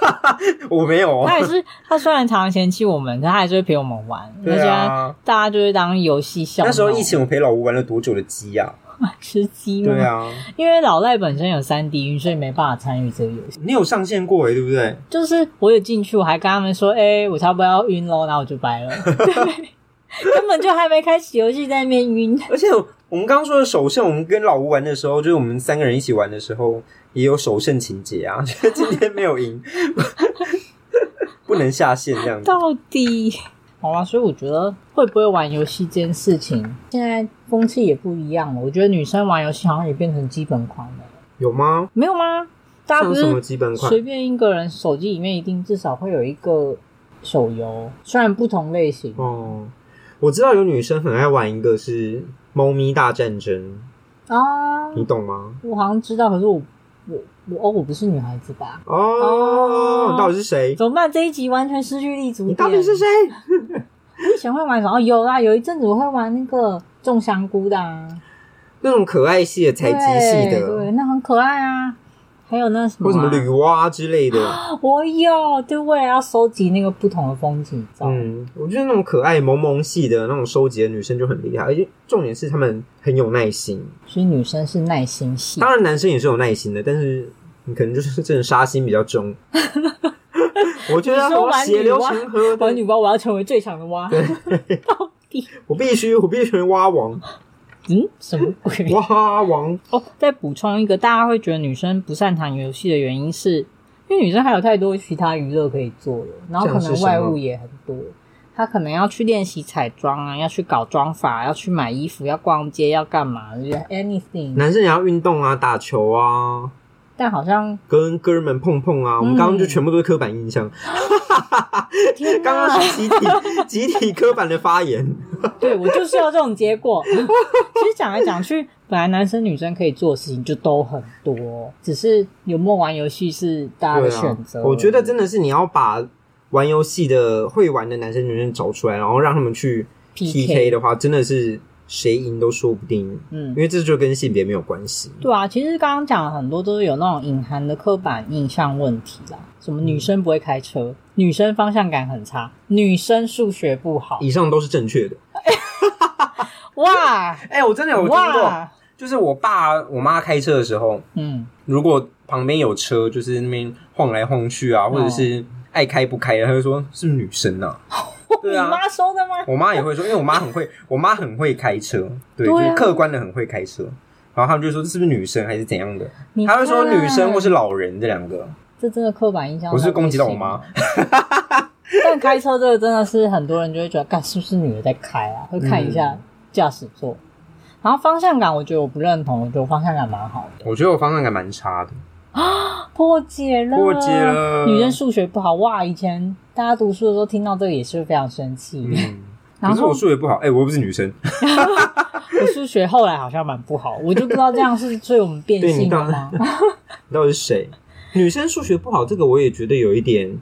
Speaker 2: 我没有哦，
Speaker 1: 他也是，他虽然常常嫌弃我们，但他还是会陪我们玩。
Speaker 2: 对啊，
Speaker 1: 大家就是当游戏笑闹。
Speaker 2: 那时候疫情，我陪老吴玩了多久的鸡呀、
Speaker 1: 吃鸡嘛，
Speaker 2: 对啊，
Speaker 1: 因为老赖本身有三 D 晕，所以没办法参与这个游戏。
Speaker 2: 你有上线过欸诶，对不对？
Speaker 1: 就是我有进去，我还跟他们说：“哎、我差不多要晕喽。”然后我就掰了， 对根本就还没开始游戏，在那边晕。
Speaker 2: 而且我们刚刚说的首胜，我们跟老吴玩的时候，就是我们三个人一起玩的时候，也有首胜情节啊。 就是今天没有赢， 不能下线这样子。
Speaker 1: 到底。好啊，所以我觉得会不会玩游戏这件事情，现在风气也不一样了。我觉得女生玩游戏好像也变成基本款了，
Speaker 2: 有吗？
Speaker 1: 没有吗？大家
Speaker 2: 像
Speaker 1: 不
Speaker 2: 什么
Speaker 1: 是
Speaker 2: 基本款？
Speaker 1: 随便一个人手机里面一定至少会有一个手游，虽然不同类型。
Speaker 2: 哦，我知道有女生很爱玩一个是《猫咪大战争》，
Speaker 1: 啊，
Speaker 2: 你懂吗？
Speaker 1: 我好像知道，可是我我我哦，我不是女孩子吧？
Speaker 2: 哦，你到底是谁？
Speaker 1: 怎么办？这一集完全失去立足
Speaker 2: 你
Speaker 1: 点。
Speaker 2: 到底是谁？
Speaker 1: 我以前会玩什么？哦，有啦，有一阵子我会玩那个种香菇的、啊，
Speaker 2: 那种可爱系的、采集系
Speaker 1: 对
Speaker 2: 的，
Speaker 1: 对，那很可爱啊。还有那什么、
Speaker 2: 或
Speaker 1: 啊，
Speaker 2: 什么女娲之类的。
Speaker 1: 我有，就为了要收集那个不同的风景照。
Speaker 2: 嗯，我觉得那种可爱萌萌系的那种收集的女生就很厉害，而且重点是她们很有耐心。
Speaker 1: 所以女生是耐心系，
Speaker 2: 当然，男生也是有耐心的，但是你可能就是真的杀心比 较重。我觉得
Speaker 1: 你说
Speaker 2: 好
Speaker 1: 玩
Speaker 2: 血流
Speaker 1: 女娲
Speaker 2: 成河
Speaker 1: 玩
Speaker 2: 的，
Speaker 1: 女包我要成为最强的蛙。到底
Speaker 2: 我必须，我必须成为 蛙王，
Speaker 1: 嗯什么 鬼？
Speaker 2: 蛙王。
Speaker 1: 哦，再补充一个，大家会觉得女生不擅长游戏的原因是，因为女生还有太多其他娱乐可以做了，然后可
Speaker 2: 像是
Speaker 1: 能
Speaker 2: 什么
Speaker 1: 外务也很多，她可能要去练习彩妆啊，要去搞妆法，要去买衣服，要逛街，要干嘛就是，anything。
Speaker 2: 男生也要运动啊，打球啊，
Speaker 1: 但好像
Speaker 2: 跟哥们碰碰啊。我们刚刚就全部都是刻板印象，
Speaker 1: 天
Speaker 2: 刚
Speaker 1: 哪
Speaker 2: 刚，是 集体集体刻板的发言。
Speaker 1: 对我就是要这种结果。 其实讲来讲去，本来男生女生可以做的事情就都很多，只是有没有玩游戏是大家的
Speaker 2: 对啊
Speaker 1: 选择而已、
Speaker 2: 我觉得真的是你要把玩游戏的会玩的男生女生找出来，然后让他们去
Speaker 1: PK
Speaker 2: PK 的话，真的是谁赢都说不定。
Speaker 1: 嗯
Speaker 2: 因。为这就跟性别没有关系。
Speaker 1: 对啊，其实刚刚讲了很多都是有那种隐含的刻板印象问题啦，什么女生不会开车，女生方向感很差，女生数学不好，
Speaker 2: 以上都是正确的。
Speaker 1: 哇
Speaker 2: 哎、我真的有听过，
Speaker 1: 哇，
Speaker 2: 就是我爸我妈开车的时候，
Speaker 1: 嗯，
Speaker 2: 如果旁边有车，就是那边晃来晃去啊，或者是
Speaker 1: 哦
Speaker 2: 爱开不开的，他就说是女生啊。 对啊
Speaker 1: 你妈说的吗？
Speaker 2: 我妈也会说，因为我妈很会，我妈很会开车，对，
Speaker 1: 对啊
Speaker 2: 就是客观的很会开车。然后他们就说这是不是女生还是怎样的？
Speaker 1: 你
Speaker 2: 他
Speaker 1: 看啊
Speaker 2: 会说女生或是老人这两个。
Speaker 1: 这真的刻板印象，
Speaker 2: 我是攻击到我妈。
Speaker 1: 但开车这个真的是很多人就会觉得，干是不是女的在开啊？会看一下驾驶座，
Speaker 2: 嗯
Speaker 1: 然后方向感，我觉得我不认同，我觉得我方向感蛮好的。
Speaker 2: 我觉得我方向感蛮差的。
Speaker 1: 破解了，
Speaker 2: 破解了
Speaker 1: 女生数学不好哇，以前大家读书的时候听到这个也是非常生气。
Speaker 2: 嗯，
Speaker 1: 然
Speaker 2: 可是
Speaker 1: 后
Speaker 2: 我数学不好，哎、我又不是女生。
Speaker 1: 我数学后来好像蛮不好，我就不知道这样是对我们变
Speaker 2: 对你
Speaker 1: 性
Speaker 2: 到
Speaker 1: 了 吗？
Speaker 2: 你到底是谁？女生数学不好，这个我也觉得有一点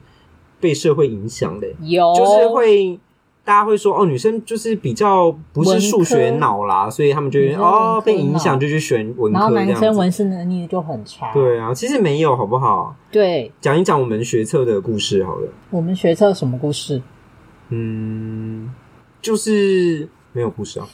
Speaker 2: 被社会影响的、
Speaker 1: 有，
Speaker 2: 就是会大家会说哦，女生就是比较不是数学脑啦，所以他们就会
Speaker 1: 女生文科
Speaker 2: 哦被影响
Speaker 1: 脑
Speaker 2: 就去选文
Speaker 1: 然
Speaker 2: 科
Speaker 1: 后
Speaker 2: 这
Speaker 1: 男
Speaker 2: 样
Speaker 1: 生
Speaker 2: 子。
Speaker 1: 文思能力就很差。
Speaker 2: 对啊，其实没有好不好？
Speaker 1: 对，
Speaker 2: 讲一讲我们学测的故事好了。
Speaker 1: 我们学测什么故事？
Speaker 2: 嗯，就是没有故事啊。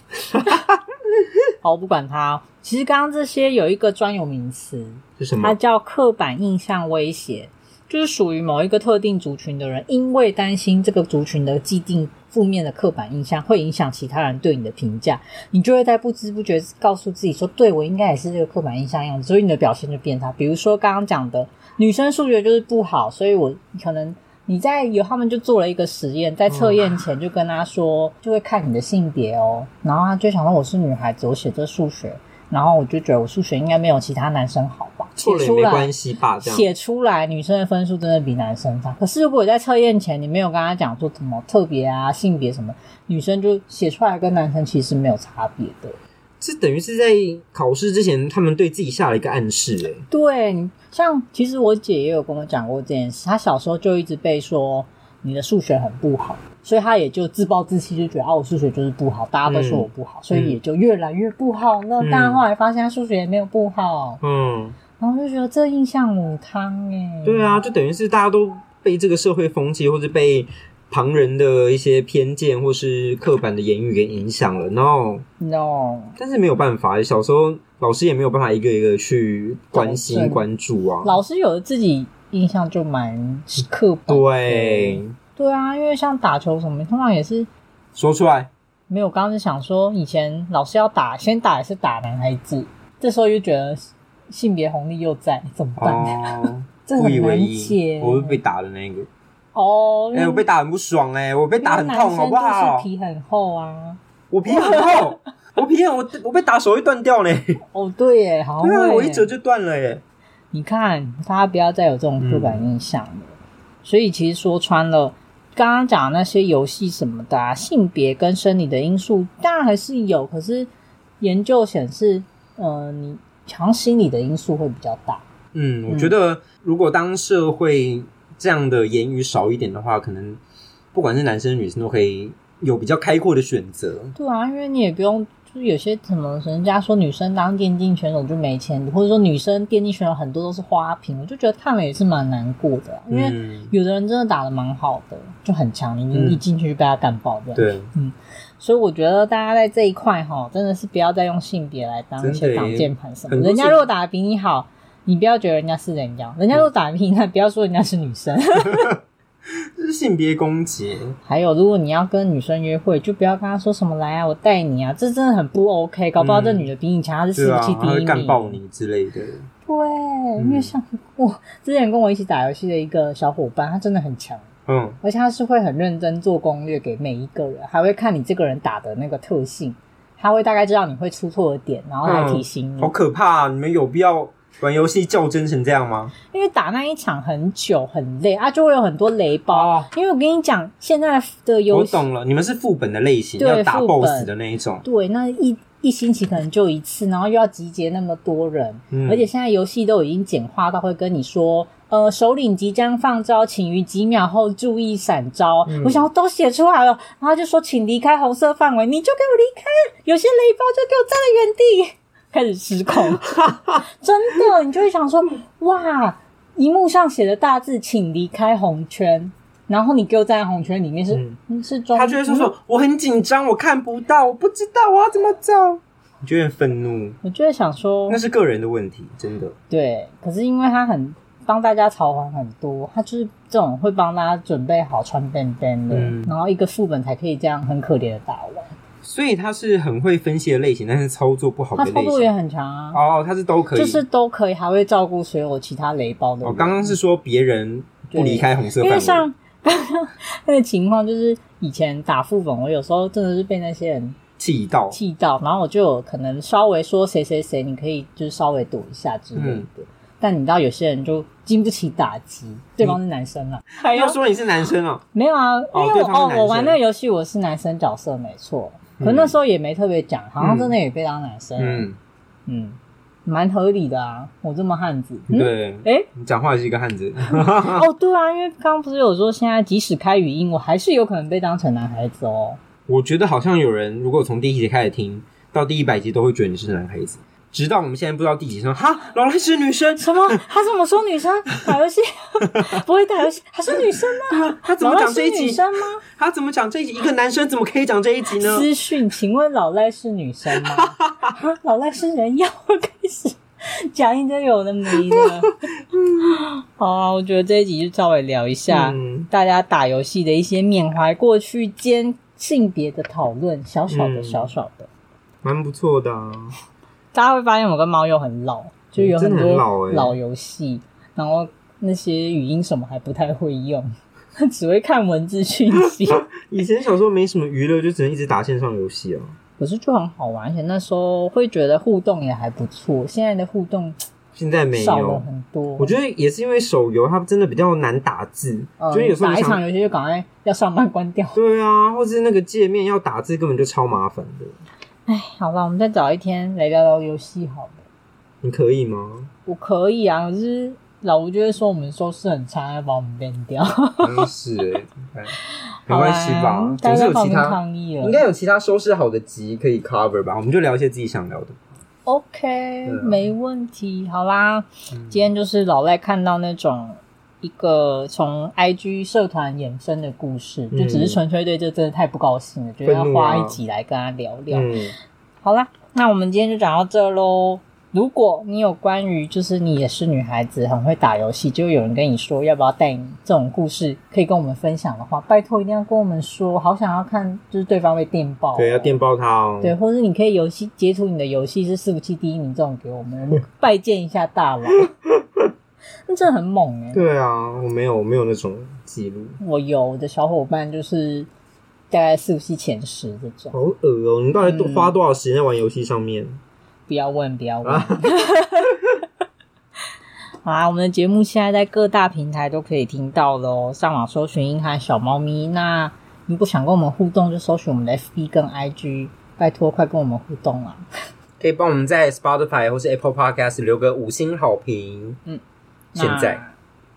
Speaker 1: 好，我不管它。其实刚刚这些有一个专有名词，
Speaker 2: 是什
Speaker 1: 它
Speaker 2: 么？
Speaker 1: 叫刻板印象威胁，就是属于某一个特定族群的人，因为担心这个族群的既定负面的刻板印象会影响其他人对你的评价，你就会在不知不觉告诉自己说，对我应该也是这个刻板印象样子，所以你的表现就变差。比如说刚刚讲的，女生数学就是不好，所以我可能。你在有他们就做了一个实验，在测验前就跟他说，就会看你的性别哦，然后他就想到我是女孩子，我写这数学，然后我就觉得我数学应该没有其他男生好吧，
Speaker 2: 错了
Speaker 1: 写
Speaker 2: 也
Speaker 1: 出
Speaker 2: 没
Speaker 1: 来
Speaker 2: 关系吧？这样
Speaker 1: 写出来，女生的分数真的比男生差。可是如果在测验前你没有跟他讲说什么特别啊、性别什么，女生就写出来跟男生其实没有差别的。
Speaker 2: 这等于是在考试之前，他们对自己下了一个暗示、欸。
Speaker 1: 对，你像其实我姐也有跟我讲过这件事，她小时候就一直被说你的数学很不好，所以她也就自暴自弃，就觉得啊我数学就是不好，大家都说我不好，所以也就越来越不好。那
Speaker 2: 嗯
Speaker 1: 但她后来发现她数学也没有不好，
Speaker 2: 嗯，
Speaker 1: 然后就觉得这印象母汤哎、
Speaker 2: 对啊，就等于是大家都被这个社会风气，或者被旁人的一些偏见或是刻板的言语给影响了。然后，
Speaker 1: ，no，
Speaker 2: 但是没有办法，欸小时候老师也没有办法一个一个去关
Speaker 1: 矫
Speaker 2: 心
Speaker 1: 正
Speaker 2: 关注啊。
Speaker 1: 老师有的自己印象就蛮刻板的。
Speaker 2: 对，
Speaker 1: 对啊，因为像打球什么，通常也是
Speaker 2: 说出来，
Speaker 1: 没有。刚刚是想说，以前老师要打，先打也是打男孩子，这时候又觉得性别红利又在，怎么办？
Speaker 2: 哦，
Speaker 1: 这
Speaker 2: 不
Speaker 1: 很
Speaker 2: 以为
Speaker 1: 难
Speaker 2: 意
Speaker 1: 解。，
Speaker 2: 我是被打的那个。
Speaker 1: 哦，
Speaker 2: 哎、我被打很不爽哎、我被打很痛，好不
Speaker 1: 因为嗯男生就
Speaker 2: 好
Speaker 1: 是？皮很厚啊。
Speaker 2: 我皮很 厚，我皮很，我我被打手会断掉嘞。
Speaker 1: 哦，对耶，好像
Speaker 2: 对啊，
Speaker 1: 会
Speaker 2: 我
Speaker 1: 耶
Speaker 2: 一折就断了耶。
Speaker 1: 你看，大家不要再有这种刻板印象了。所以其实说穿了，刚刚讲的那些游戏什么的、啊，性别跟生理的因素当然还是有，可是研究显示，呃，你好像心理的因素会比较大。
Speaker 2: 嗯，我觉得如果当社会这样的言语少一点的话，可能不管是男生女生都可以有比较开阔的选择。
Speaker 1: 对啊，因为你也不用，就是有些什么人家说女生当电竞选手就没钱，或者说女生电竞选手很多都是花瓶，我就觉得看了也是蛮难过的啊、因为
Speaker 2: 嗯，
Speaker 1: 有的人真的打的蛮好的，就很强，你
Speaker 2: 嗯
Speaker 1: 一进去就被他干爆这样。
Speaker 2: 对，
Speaker 1: 所以我觉得大家在这一块哈，真的是不要再用性别来当一
Speaker 2: 真的
Speaker 1: 些
Speaker 2: 耶
Speaker 1: 挡箭牌什么
Speaker 2: 很
Speaker 1: 的。
Speaker 2: 多
Speaker 1: 人家
Speaker 2: 性
Speaker 1: 如果打的比你好，你不要觉得人家是人家；人家如果打的比你 烂，不要说人家是女生。
Speaker 2: 这是性别攻击。
Speaker 1: 还有，如果你要跟女生约会，就不要跟她说什么“来啊，我带你啊”，这真的很不 OK。搞不好这
Speaker 2: 嗯
Speaker 1: 女的比你强，她是
Speaker 2: 对
Speaker 1: 服
Speaker 2: 啊，
Speaker 1: 气
Speaker 2: 他
Speaker 1: 第一
Speaker 2: 会
Speaker 1: 名。
Speaker 2: 干爆你之类的。
Speaker 1: 对，因为像我之前跟我一起打游戏的一个小伙伴，他真的很强。
Speaker 2: 嗯，
Speaker 1: 而且他是会很认真做攻略给每一个人，还会看你这个人打的那个特性，他会大概知道你会出错的点，然后来提醒你。哦
Speaker 2: 好可怕、啊！你们有必要玩游戏较真成这样吗？
Speaker 1: 因为打那一场很久很累啊，就会有很多雷包。
Speaker 2: 哦
Speaker 1: 因为我跟你讲，现在的游
Speaker 2: 我
Speaker 1: 戏
Speaker 2: 懂了，你们是副本的类型，
Speaker 1: 对
Speaker 2: 要打
Speaker 1: 副本
Speaker 2: BOSS 的那一种。
Speaker 1: 对那一一星期可能就一次，然后又要集结那么多人，
Speaker 2: 嗯
Speaker 1: 而且现在游戏都已经简化到会跟你说。呃，首领即将放招，请于几秒后注意闪招。
Speaker 2: 嗯
Speaker 1: 我想说都写出来了，然后就说请离开红色范围，你就给我离开。有些雷包就给我站在原地， 开始失 控。真的，你就会想说，哇，荧幕上写的大字，请离开红圈。然后你给我站在红圈里面是、
Speaker 2: 嗯
Speaker 1: 嗯是中，
Speaker 2: 他就会说
Speaker 1: 嗯
Speaker 2: 说我很紧张，我看不到，我不知道我要怎么走，你就会愤怒，
Speaker 1: 我就会想说
Speaker 2: 那，是个人的问题，真的。
Speaker 1: 对，可是因为他很帮大家炒黄很多，他就是这种会帮大家准备好穿便便的，
Speaker 2: 嗯
Speaker 1: 然后一个副本才可以这样很可怜的打完。
Speaker 2: 所以他是很会分析的类型，但是操作不好
Speaker 1: 他
Speaker 2: 的
Speaker 1: 操
Speaker 2: 类
Speaker 1: 作也
Speaker 2: 型。
Speaker 1: 很强啊，
Speaker 2: 哦，他是都可以。
Speaker 1: 就是都可以，还会照顾所有其他雷包的人。
Speaker 2: 哦，刚刚是说别人不离开红色
Speaker 1: 因
Speaker 2: 范
Speaker 1: 为
Speaker 2: 围，
Speaker 1: 像 刚刚那个情况，就是以前打副本，我有时候真的是被那些人
Speaker 2: 气到。
Speaker 1: 气到，然后我就有可能稍微说谁谁谁，你可以就是稍微躲一下之类的。
Speaker 2: 嗯
Speaker 1: 但你知道，有些人就经不起打击，对方是男生啦，还
Speaker 2: 要说你是男生哦，
Speaker 1: 没有啊，因为
Speaker 2: 对
Speaker 1: 我
Speaker 2: 方是
Speaker 1: 哦
Speaker 2: 男，生嗯
Speaker 1: 我玩那个游戏我是男生角色没错，可那时候也没特别讲，好像真的也被当男生，嗯
Speaker 2: 嗯，
Speaker 1: 蛮合理的啊，我这么汉子，嗯，
Speaker 2: 对，
Speaker 1: 诶
Speaker 2: 你讲话也是一个汉子。
Speaker 1: 哦，对啊，因为刚刚不是有说，现在即使开语音，我还是有可能被当成男孩子哦。
Speaker 2: 我觉得好像有人如果从第一集开始听到第一百集，都会觉得你是男孩子，直到我们现在不知道第几集说哈，劳拉是女生，
Speaker 1: 什么？他怎么说女生打 游戏不会打游戏？还是女生吗？
Speaker 2: 他怎
Speaker 1: 老
Speaker 2: 么
Speaker 1: 赖
Speaker 2: 讲这
Speaker 1: 是
Speaker 2: 一
Speaker 1: 女
Speaker 2: 集？
Speaker 1: 生吗？
Speaker 2: 他怎么讲这一集？一个男生怎么可以讲这一集呢？
Speaker 1: 私讯，请问老赖是女生 吗？哈老赖是人妖，开始讲一堆有的没的。好啊，我觉得这一集就稍微聊一下、
Speaker 2: 嗯
Speaker 1: 大家打游戏的一些缅怀过去兼性别的讨论，小小的
Speaker 2: 嗯
Speaker 1: 小小的。
Speaker 2: 蛮不错的、啊，
Speaker 1: 大家会发现我跟猫又很老，就有
Speaker 2: 真的
Speaker 1: 多
Speaker 2: 很老欸
Speaker 1: 老游戏，然后那些语音什么还不太会用， 只会看文字讯息。
Speaker 2: 以前小时候没什么娱乐，就只能一直打线上游戏啊。
Speaker 1: 可是就很好玩，而且那时候会觉得互动也还不错。现在的互动
Speaker 2: 现在没
Speaker 1: 少了
Speaker 2: 有，
Speaker 1: 很多。嗯
Speaker 2: 我觉得也是因为手游它真的比较难打字，
Speaker 1: 呃
Speaker 2: 就是有时候
Speaker 1: 打
Speaker 2: 你
Speaker 1: 一场
Speaker 2: 想
Speaker 1: 游戏就赶快要上班关 掉。
Speaker 2: 对啊，或是那个界面要打字根本就超麻烦的。
Speaker 1: 哎，好了，我们再找一天来聊聊游戏好了。
Speaker 2: 你可以吗？
Speaker 1: 我可以啊，可是老吴就会说我们收视很差，要把我们变掉。
Speaker 2: 好像是哎、没关系
Speaker 1: 好
Speaker 2: 吧
Speaker 1: 啦，大
Speaker 2: 总是
Speaker 1: 家
Speaker 2: 有
Speaker 1: 帮我
Speaker 2: 其
Speaker 1: 们
Speaker 2: 他，
Speaker 1: 抗议了
Speaker 2: 应。该有其他收视好的集可以 cover 吧。我们就聊一些自己想聊的。
Speaker 1: OK，、
Speaker 2: 对啊嗯
Speaker 1: 没问题。好啦，今天就是老赖看到那种一个从 IG 社团衍生的故事，就只是纯粹对这真的太不高兴了，觉得要
Speaker 2: 嗯愤怒
Speaker 1: 花
Speaker 2: 啊
Speaker 1: 一集来跟他聊聊。
Speaker 2: 嗯，
Speaker 1: 好啦，那我们今天就讲到这喽。如果你有关于就是你也是女孩子，很会打游戏，就有人跟你说要不要带你这种故事，可以跟我们分享的话，拜托一定要跟我们说，好想要看就是对方被电爆哦、
Speaker 2: 对，要电爆它哦。
Speaker 1: 对，，或是你可以游戏截图你的游戏是伺服器第一名这种给我们，我 们拜见一下大佬。 那真的很猛哎、
Speaker 2: 对啊，我没有，我没有那种记录。
Speaker 1: 我有我的小伙伴就是大概伺服器前十这种，
Speaker 2: 好恶哦、你到底
Speaker 1: 嗯
Speaker 2: 多花多少时间在玩游戏上面？
Speaker 1: 不要问，不要问。
Speaker 2: 啊
Speaker 1: 好啊，我们的节目现在在各大平台都可以听到喽，上网搜寻“英汉小猫咪”。那如果想跟我们互动，就搜寻我们的啊 FB 跟 IG，拜托快跟我们互动啦！
Speaker 2: 可以帮我们在 Spotify 或是 Apple Podcast 留个五星好评。
Speaker 1: 嗯，
Speaker 2: 现在，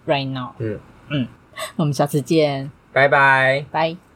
Speaker 1: 那 right now，
Speaker 2: 嗯
Speaker 1: 嗯，那我们下次见，
Speaker 2: 拜拜。
Speaker 1: 拜。